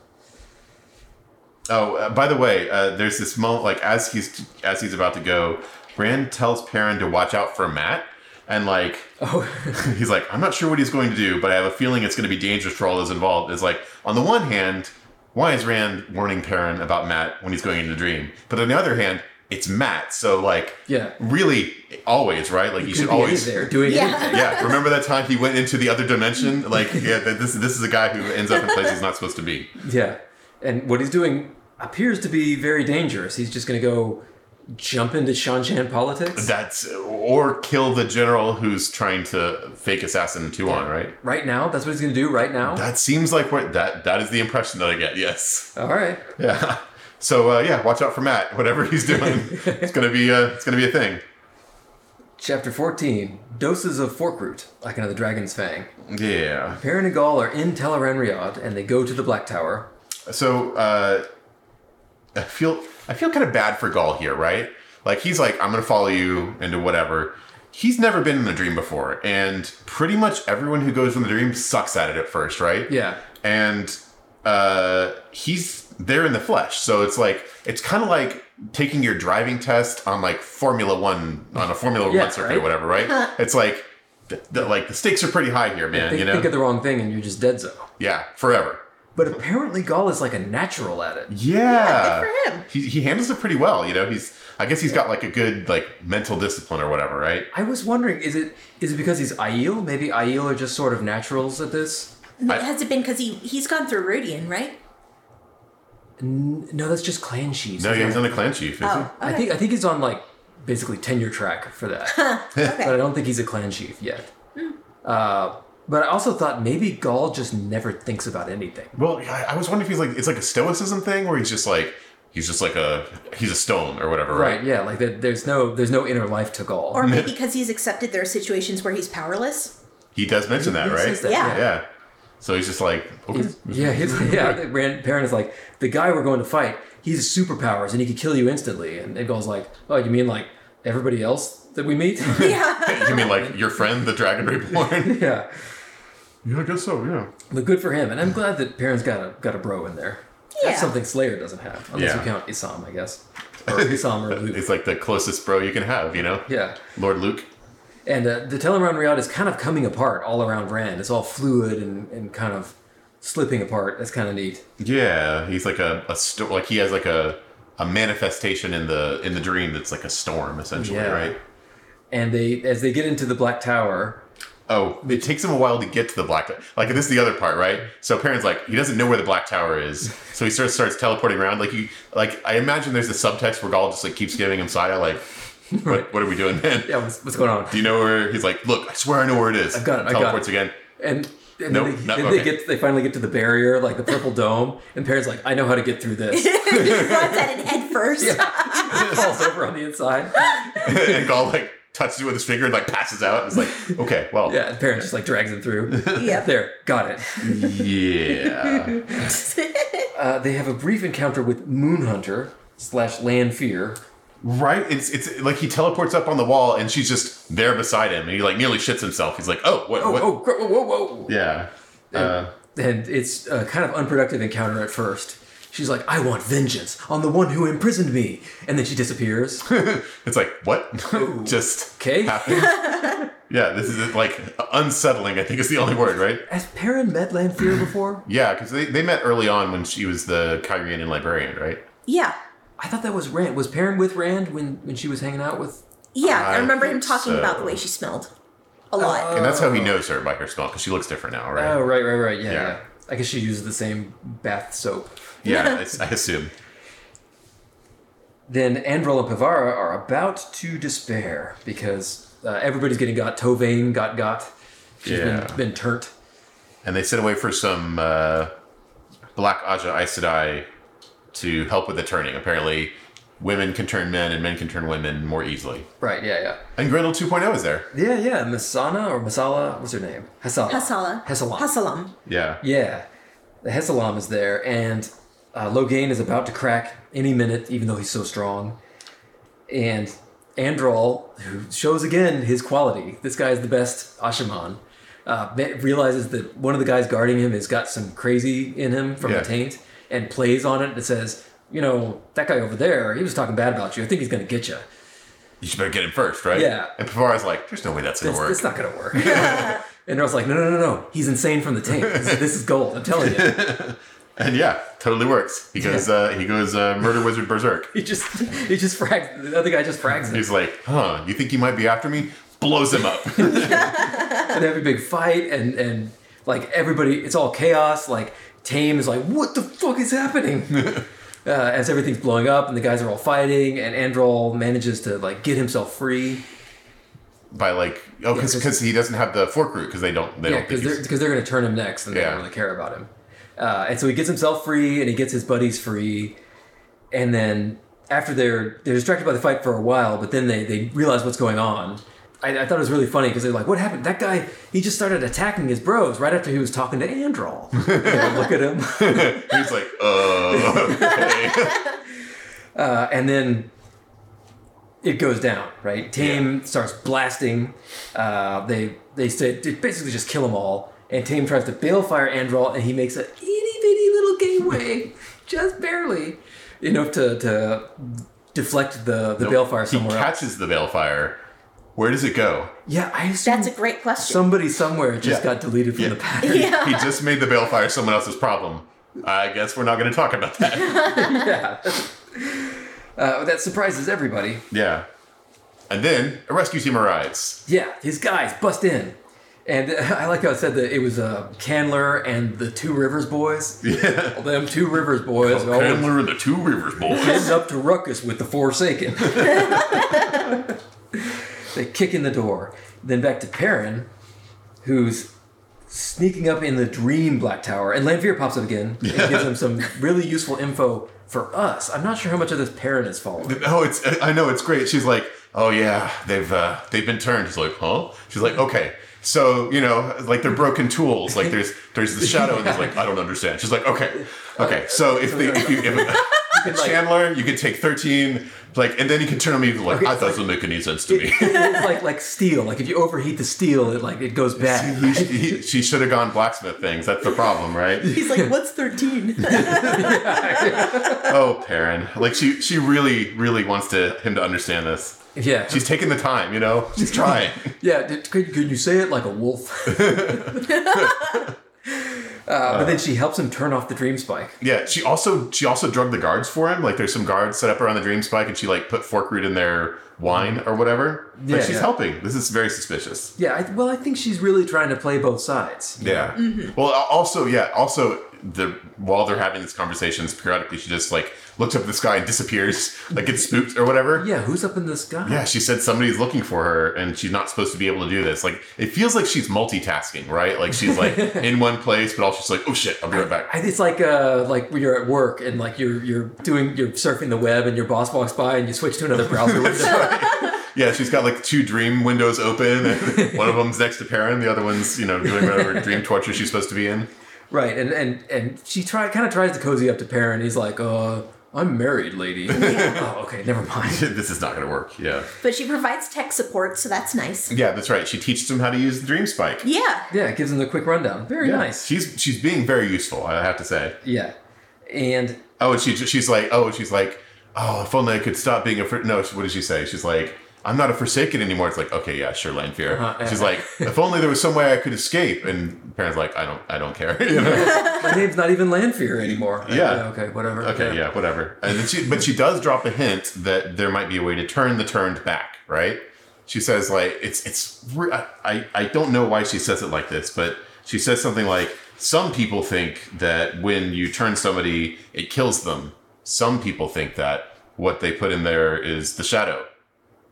C: Oh, uh, by the way, uh, there's this moment. Like as he's as he's about to go, Rand tells Perrin to watch out for Matt, and like
B: Oh,
C: (laughs) he's like, I'm not sure what he's going to do, but I have a feeling it's going to be dangerous for all those involved. It's like, on the one hand, why is Rand warning Perrin about Matt when he's going into the dream? But on the other hand, it's Matt, so like,
B: Yeah.
C: really, always, right? Like, you
B: could
C: should
B: be
C: always.
B: there doing
A: Yeah.
B: anything.
C: (laughs) Yeah, remember that time he went into the other dimension? Like, yeah, th- this this is a guy who ends up in places he's not supposed to be.
B: Yeah. And what he's doing appears to be very dangerous. He's just going to go jump into Shanjan politics.
C: That's or kill the general who's trying to fake assassin two on, right?
B: right now, that's what he's going to do right now.
C: That seems like what that that is the impression that I get. Yes. (laughs)
B: All right.
C: Yeah. So uh, yeah, watch out for Matt. (laughs) Whatever he's doing, it's gonna be uh, it's gonna be a thing.
B: Chapter 14 Doses of Forkroot, like another dragon's fang.
C: Yeah.
B: Perrin and Gall are in Teleran Riyadh and they go to the Black Tower.
C: So uh, I feel I feel kind of bad for Gaul here, right? Like he's like I'm gonna follow you into whatever. He's never been in the dream before, and pretty much everyone who goes in the dream sucks at it at first, right?
B: Yeah.
C: and uh, he's there in the flesh. So it's like it's kind of like taking your driving test on like Formula One on a Formula
B: Yeah,
C: One circuit or
B: right.
C: whatever, right? it's like the, the, like the stakes are pretty high here, man.
B: Think,
C: you know,
B: think of the wrong thing and you're just dead zone.
C: yeah, forever.
B: But apparently, Gall is like a natural at it.
C: Yeah,
A: good for him.
C: He, he handles it pretty well. You know, he's I guess he's got like a good like mental discipline or whatever, right?
B: I was wondering, is it is it because he's Aiel? Maybe Aiel are just sort of naturals at this?
C: I-
A: Has it been because he he's gone through Rudian, right?
B: N- No, that's just clan chiefs.
C: No,
B: isn't
C: yeah, he's
B: it?
C: on a clan chief. Is
A: Oh,
B: I
A: okay.
B: think I think he's on like basically tenure track
A: (laughs)
B: for that, but I
A: okay.
B: don't think he's a clan chief yet.
A: Hmm.
B: Uh, but I also thought maybe Gaul just never thinks about anything.
C: he? Well, I, I was wondering if he's like it's like a stoicism thing where he's just like he's just like a he's a stone or whatever, right?
B: Right? Yeah. Like there, there's no there's no inner life to Gaul.
A: Or maybe because he's accepted there are situations where he's powerless. (laughs)
C: He does mention that,
B: He
C: right?
B: says that,
A: Yeah.
B: yeah.
C: Yeah. So he's just like, okay.
B: Yeah, he's, yeah. the grand- Perrin is like the guy we're going to fight. He's superpowers and he could kill you instantly. And, and Gaul's like, oh, you mean like everybody else that we meet. (laughs)
A: Yeah. (laughs)
C: You mean like your friend, the Dragon Reborn?
B: yeah,
C: (laughs) yeah, I guess so. Yeah.
B: but good for him, and I'm glad that Perrin's got a got a bro in there.
A: Yeah.
B: That's something Slayer doesn't have, unless
C: Yeah.
B: you count Isam, I guess,
C: (laughs)
B: or Isam or Luke.
C: It's like the closest bro you can have, you know?
B: Yeah,
C: Lord Luke.
B: and uh, the Teleron Riad is kind of coming apart all around Rand. It's all fluid and, and kind of slipping apart. That's kind of neat.
C: Yeah, he's like a, a sto- like he has like a a manifestation in the in the dream that's like a storm essentially,
B: Yeah.
C: right?
B: And they as they get into the Black Tower,
C: Oh, it takes him a while to get to the black. Like this is the other part, right? So Perrin's like he doesn't know where the black tower is, so he starts starts teleporting around. Like you, like I imagine there's a subtext where Gaul just like keeps giving him Saya, like,
B: Right.
C: what, what are we doing, man?
B: yeah, what's, what's going on?
C: Do you know where he's like, look, I swear I know where it is.
B: I've got it, I've got
C: Teleports
B: it.
C: again. (laughs)
B: And, and
C: Nope,
B: then they,
C: not-
B: then
C: okay.
B: they get they finally get to the barrier, like the purple dome, and Perrin's like, I know how to get through this.
A: Runs at it head first.
B: falls over on the inside.
C: and Gaul like touches it with his finger and like passes out. It's
B: (laughs)
C: like, okay, well,
B: Yeah, and Perrin just like drags him
C: (laughs)
B: through.
A: Yep.
B: there, got it.
C: yeah.
B: Uh, they have a brief encounter with Moonhunter slash Landfear.
C: Right? It's it's like he teleports up on the wall and she's just there beside him and he like nearly shits himself. He's like, oh, what?
B: Oh,
C: what?
B: oh, gr- whoa, whoa, whoa.
C: Yeah. Uh,
B: And it's a kind of unproductive encounter at first. She's like, I want vengeance on the one who imprisoned me. And then she (laughs) disappears.
C: Uh, (laughs) it's like, what?
B: Oh.
C: (laughs) just
B: Okay.
C: happened. yeah, this is like unsettling, I think is the only word, right?
B: Has Perrin met Landfear before?
C: Yeah, because they, they met early on when she was the Kyrian and librarian, right?
A: (laughs) Yeah.
B: I thought that was Rand. Was Perrin with Rand when, when she was hanging out with.
A: Yeah. I,
C: I
A: remember him
C: think
A: talking
C: so. Oh.
A: about the way she smelled. A lot.
C: And that's how he knows her by her smell because she looks different now, right?
B: Oh, right, right, right. Yeah,
C: Yeah.
B: yeah. I guess she uses the same bath soap. (laughs)
C: yeah, it's, I assume.
B: Then Andrel and Pavara are about to despair because uh, everybody's getting got. Tovane got got. She's
C: Yeah.
B: been, been turnt.
C: And they sent away for some uh, Black Aja Aes Sedai to help with the turning. Apparently, women can turn men and men can turn women more easily.
B: Right, yeah, yeah.
C: And Grendel 2.0 is there.
B: Yeah, yeah. Masana or Masala, what's her name? Hasala.
A: Hasala.
B: Hasalam.
A: Hasalam.
C: Yeah.
B: Yeah. The Hesalam is there, and uh, Loghain is about to crack any minute, even though he's so strong. And Androl, who shows again his quality, this guy is the best Ashaman, uh, ma- realizes that one of the guys guarding him has got some crazy in him from
C: Yeah.
B: the taint and plays on it and says, You know, that guy over there, he was talking bad about you. I think he's going to get you.
C: You should better get him first, right?
B: Yeah.
C: And Pavara's like, there's no way that's going
B: It's,
C: to work.
B: it's not going to work. (laughs) and Androl's like, No, no, no, no. He's insane from the taint. This, this is gold. I'm telling you.
C: and yeah, totally works. He goes, uh, he goes, uh, Murder Wizard Berserk.
B: He just he just frags the other guy just frags him.
C: He's like, huh, you think you might be after me? Blows
B: (laughs)
C: him up.
B: And they have a big fight and and like everybody it's all chaos. Like Tame is like, what the fuck is happening? uh, as everything's blowing up and the guys are all fighting and Androl manages to like get himself free.
C: By like, oh, because
B: Yeah, 'cause-
C: he doesn't have the fork root because they don't, they
B: Yeah,
C: don't think
B: because they're
C: he's,
B: because they're gonna turn him next and they
C: Yeah.
B: don't really care about him. Uh, and so he gets himself free and he gets his buddies free. And then after they're they're distracted by the fight for a while, but then they, they realize what's going on. I, I thought it was really funny because they're like, "What happened? That guy he just started attacking his bros right after he was talking to (laughs) Androl." And they look at him,
C: he's like, uh, okay.
B: Uh, and then it goes down. Right, Tame starts blasting. Uh, they they say they basically just kill them all. And Tame tries to bail fire Androl, and he makes a itty bitty little gateway, (laughs) just barely enough to, to deflect the the bail fire
C: he
B: somewhere else.
C: catches the balefire. Where does it go?
B: Yeah, I assume
A: That's a great question.
B: somebody somewhere just
C: Yeah.
B: got deleted from
C: Yeah.
B: the pattern.
A: Yeah.
C: he just made the balefire someone else's problem. I guess we're not going to talk about that.
B: yeah.
A: (laughs)
B: Uh, that surprises everybody.
C: yeah. And then a rescue team arrives.
B: Yeah, his guys bust in. And uh, (laughs) I like how I said that it was uh, Candler and the Two Rivers boys.
C: (laughs) Yeah.
B: Well, them Two Rivers boys are always
C: Candler and the Two Rivers
B: (laughs)
C: boys.
B: getting up to ruckus with the Forsaken. (laughs) they kick in the door. Then back to Perrin, who's sneaking up in the Dream Black Tower. And Lanfear pops up again and gives him some really useful info for us. I'm not sure how much of this Perrin is following. (laughs)
C: oh, it's I know it's great. She's like, oh yeah, they've uh, they've been turned. He's like, huh? She's like, okay. So you know, like they're broken tools.
B: (laughs)
C: Like there's there's the shadow, and there's like I don't understand. She's like, okay, okay. So if they if you if,
B: could like
C: Chandler, you could take 13, like, and then you could turn on me like,
B: Okay,
C: I
B: it's
C: thought
B: like-
C: it would make any sense to me.
B: it, it's like like steel. Like if you overheat the steel, it like it goes
C: (laughs)
B: bad.
C: He- he- she should have gone blacksmith things. That's the problem, right?
A: He's like, what's 13?
C: Oh, Perrin. Like she, she really, really wants to him to understand this.
B: (laughs) Yeah,
C: She's taking the time, you know.
B: (laughs)
C: She's trying.
B: yeah. Did, could, could you say it like a
C: (laughs)
B: wolf? uh, but then she helps him turn off the dream spike.
C: yeah. She also, she also drugged the guards for him. Like there's some guards set up around the dream spike, and she like put fork root in their wine or whatever.
B: Yeah,
C: like she's
B: yeah.
C: helping. This is very suspicious.
B: Yeah, I, well, I think she's really trying to play both sides.
C: Yeah.
B: Mm-hmm.
C: Well, al- also, yeah, also the while they're having these conversations, periodically she just like looks up at the sky and disappears, like gets spooked or whatever.
B: Yeah, who's up in the sky?
C: Yeah, she said somebody's looking for her and she's not supposed to be able to do this. Like it feels like she's multitasking, right? Like she's
B: (laughs)
C: like in one place, but also she's like, oh shit, I'll be right back.
B: I- It's like uh, like when you're at work and like you're you're doing you're surfing the web and your boss walks by and you switch to another
C: (laughs)
B: browser window.
C: Yeah, she's got like two dream windows open.
B: (laughs)
C: And one of them's next to Perrin, the other one's you know doing whatever dream torture she's supposed to be in. (laughs)
B: right, and and and she try kind of tries to cozy up to Perrin. He's like, uh, I'm married,
C: (laughs)
B: lady. oh, okay, never mind.
C: this is not going to work. Yeah,
A: (laughs) but she provides tech support, so that's nice.
C: yeah, that's right. She teaches him how to use the dream spike.
A: Yeah.
B: Yeah, it gives him the quick rundown. Very
C: Yeah.
B: nice.
C: She's she's being very useful, I have to say.
B: Yeah, and
C: Oh, and she she's like, oh, she's like, oh, if only I could stop being a fr-. no. What did she say? She's like, I'm not a forsaken anymore. It's like, okay, yeah, sure, Lanfear.
B: Uh-huh.
C: She's like, if only there was some way I could escape. And parents like, I don't, I don't care. (laughs) you know?
B: my name's not even Landfear anymore.
C: Yeah.
B: okay, whatever.
C: okay, yeah, whatever. And then she, but she does drop a hint that there might be a way to turn the turned back, right? She says like, it's it's. re- I I, I don't know why she says it like this, but she says something like, some people think that when you turn somebody, it kills them. Some people think that what they put in there is the shadow.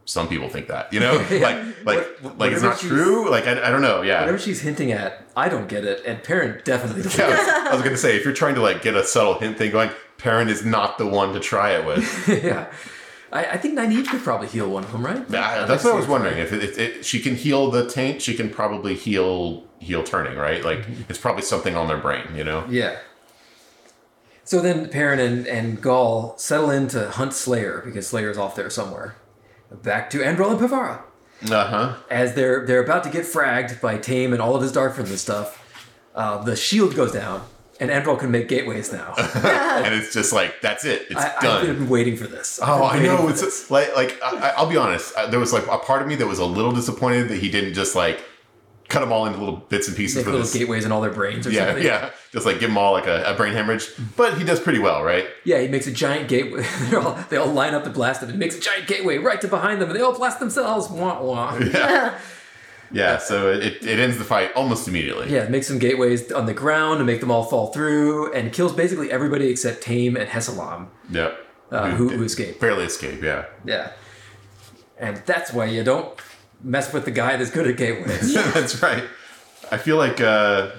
C: Some people think that, you know,
B: (laughs)
C: like like
B: What-
C: like it's
B: whatever
C: not
B: she's-
C: true. Like I, I don't know. Yeah.
B: Whatever she's hinting at, I don't get it, and Perrin definitely doesn't.
C: Yeah, I
B: get
C: was, I was gonna say if you're trying to like get a subtle hint thing going, Perrin is not the one to try it with.
B: it. (laughs) yeah. I, I think Nynaeve could probably heal one of them, right?
C: Yeah,
B: Uh,
C: that's what I was
B: seems-
C: wondering. If it, it, it, she can heal the taint, she can probably heal heal turning, right? Like
B: Mm-hmm.
C: it's probably something on their brain, you know.
B: Yeah. So then Perrin and, and Gaul settle in to hunt Slayer because Slayer's off there somewhere. Back to Andrel and Pavara.
C: Uh huh.
B: As they're they're about to get fragged by Tame and all of his Darkfriends and stuff, uh, the shield goes down, and Andrel can make gateways now.
C: (laughs) and (laughs) it's just like that's it. It's
B: I, I've
C: done.
B: been waiting for this. I've
C: Oh,
B: been
C: I
B: waiting
C: know.
B: for
C: It's
B: this.
C: like, like I, I- I'll be honest. uh, There was like a part of me that was a little disappointed that he didn't just like cut them all into little bits and pieces
B: Make
C: for
B: little
C: this.
B: gateways in all their brains or
C: yeah,
B: something.
C: yeah. Just like give them all like a, a brain hemorrhage.
B: Mm-hmm.
C: But he does pretty well, right?
B: Yeah, he makes a giant gateway. (laughs) They're all, they all line up to blast him, and he makes a giant gateway right to behind them, and they all blast themselves. Wah wah.
A: (laughs)
C: Yeah. So it, it ends the fight almost immediately.
B: Yeah, makes some gateways on the ground to make them all fall through, and kills basically everybody except Tame and Hesalam.
C: Yep.
B: Uh, who- who escaped.
C: Barely escaped. Yeah.
B: Yeah, and that's why you don't mess with the guy that's good at gateways.
C: (laughs) That's right. I feel like uh,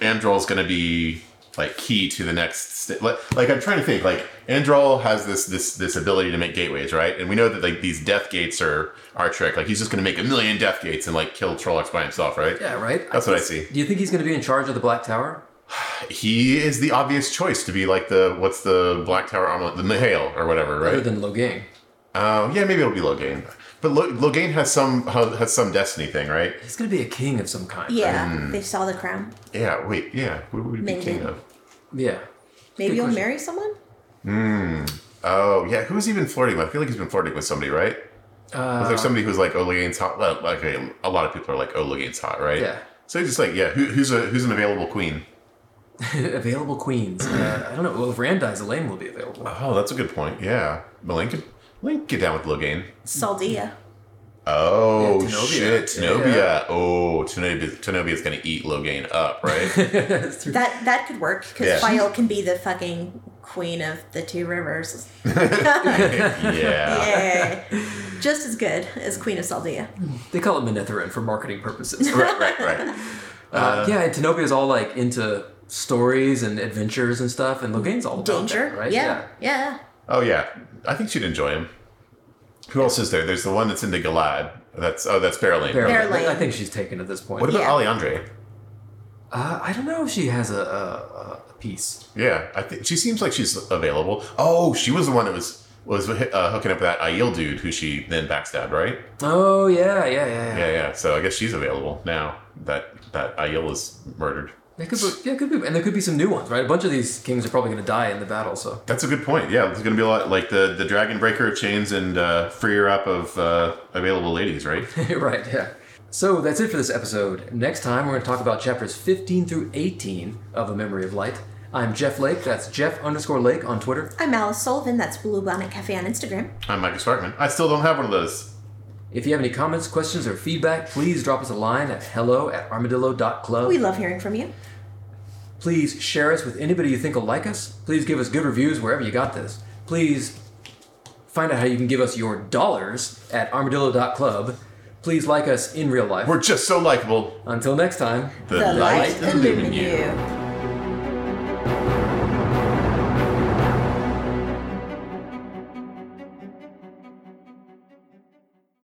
C: Androl is going to be like key to the next. St- like, like I'm trying to think. Like Androl has this this this ability to make gateways, right? And we know that like these death gates are our trick. Like he's just going to make a million death gates and like kill Trollocs by himself, right?
B: yeah, right.
C: That's what I see.
B: Do you think he's going to be in charge of the Black Tower?
C: He is the obvious choice to be like the what's the Black Tower armlet, the Mahale or whatever,
B: Other
C: right?
B: than Logang.
C: Um, yeah, maybe it'll be Loghain. But Lo- Loghain has some has some destiny thing, right?
B: He's going to be a king of some kind.
A: Yeah. They saw the crown.
C: Yeah. Wait. Yeah. What would he be
A: Maybe.
C: king of?
B: Yeah.
A: Maybe you'll
B: question.
A: marry someone?
C: Oh yeah, who's he been flirting with? I feel like he's been flirting with somebody, right? Was there somebody who's like, "Oh, Logan's hot"? Well, like okay, a lot of people are like, "Oh, Logan's hot," right?
B: Yeah.
C: So he's just like, yeah, who, who's a who's an available queen?
B: available queens. Uh, I don't know. Well, if Rand dies, Elaine will be available.
C: Oh, that's a good point. Yeah, Malin could Malin could get down with Logan.
A: Saldia.
C: Oh
B: Yeah, Tenobia.
C: shit,
B: Yeah,
C: Tenobia. Oh, Tenobia, Tenobia's gonna eat Logan
B: (laughs)
C: up, right?
B: That's true.
A: That that could work
C: Yeah.
A: because Fael can be the fucking queen of the two rivers.
C: yeah.
A: Yay. Just as good as Queen of Saldia.
B: They call it Manetherin for marketing purposes.
C: (laughs) Right, right, right.
B: Uh, yeah, and Tenobia's all like into stories and adventures and stuff, and Loghain's all about
A: Danger.
B: that, right?
A: Yeah. Yeah.
C: Oh yeah, I think she'd enjoy him. Who else is there? There's the one that's into Galad. That's oh, that's Barrelane.
B: Barely.
A: Barely.
B: I think she's taken at this point.
C: What about
A: Yeah.
C: Alejandre?
B: Uh, I don't know if she has a, a, a piece.
C: Yeah, I think she seems like she's available. Oh, she was the one that was was uh, hooking up with that Aiel dude who she then backstabbed, right?
B: Oh yeah, yeah, yeah, yeah.
C: Yeah, yeah. So I guess she's available now that that Aiel is murdered.
B: It could be, yeah, it could be, and there could be some new ones, right? A bunch of these kings are probably going to die in the battle, so
C: That's a good point. Yeah, there's going to be a lot like the the Dragon Breaker of Chains and uh, Freer Up of uh, available ladies, right?
B: (laughs) right, yeah. So that's it for this episode. Next time, we're going to talk about chapters 15 through 18 of A Memory of Light. I'm Jeff Lake. That's Jeff underscore Lake on Twitter.
A: I'm Alice Sullivan. That's Blue Bonnet Cafe on Instagram.
C: I'm Michael Sparkman. I still don't have one of those.
B: If you have any comments, questions, or feedback, please drop us a line at hello at armadillo.club.
A: We love hearing from you.
B: Please share us with anybody you think will like us. Please give us good reviews wherever you got this. Please find out how you can give us your dollars at armadillo.club. Please like us in real life.
C: We're just so likable.
B: Until next time.
A: The, light illumine you.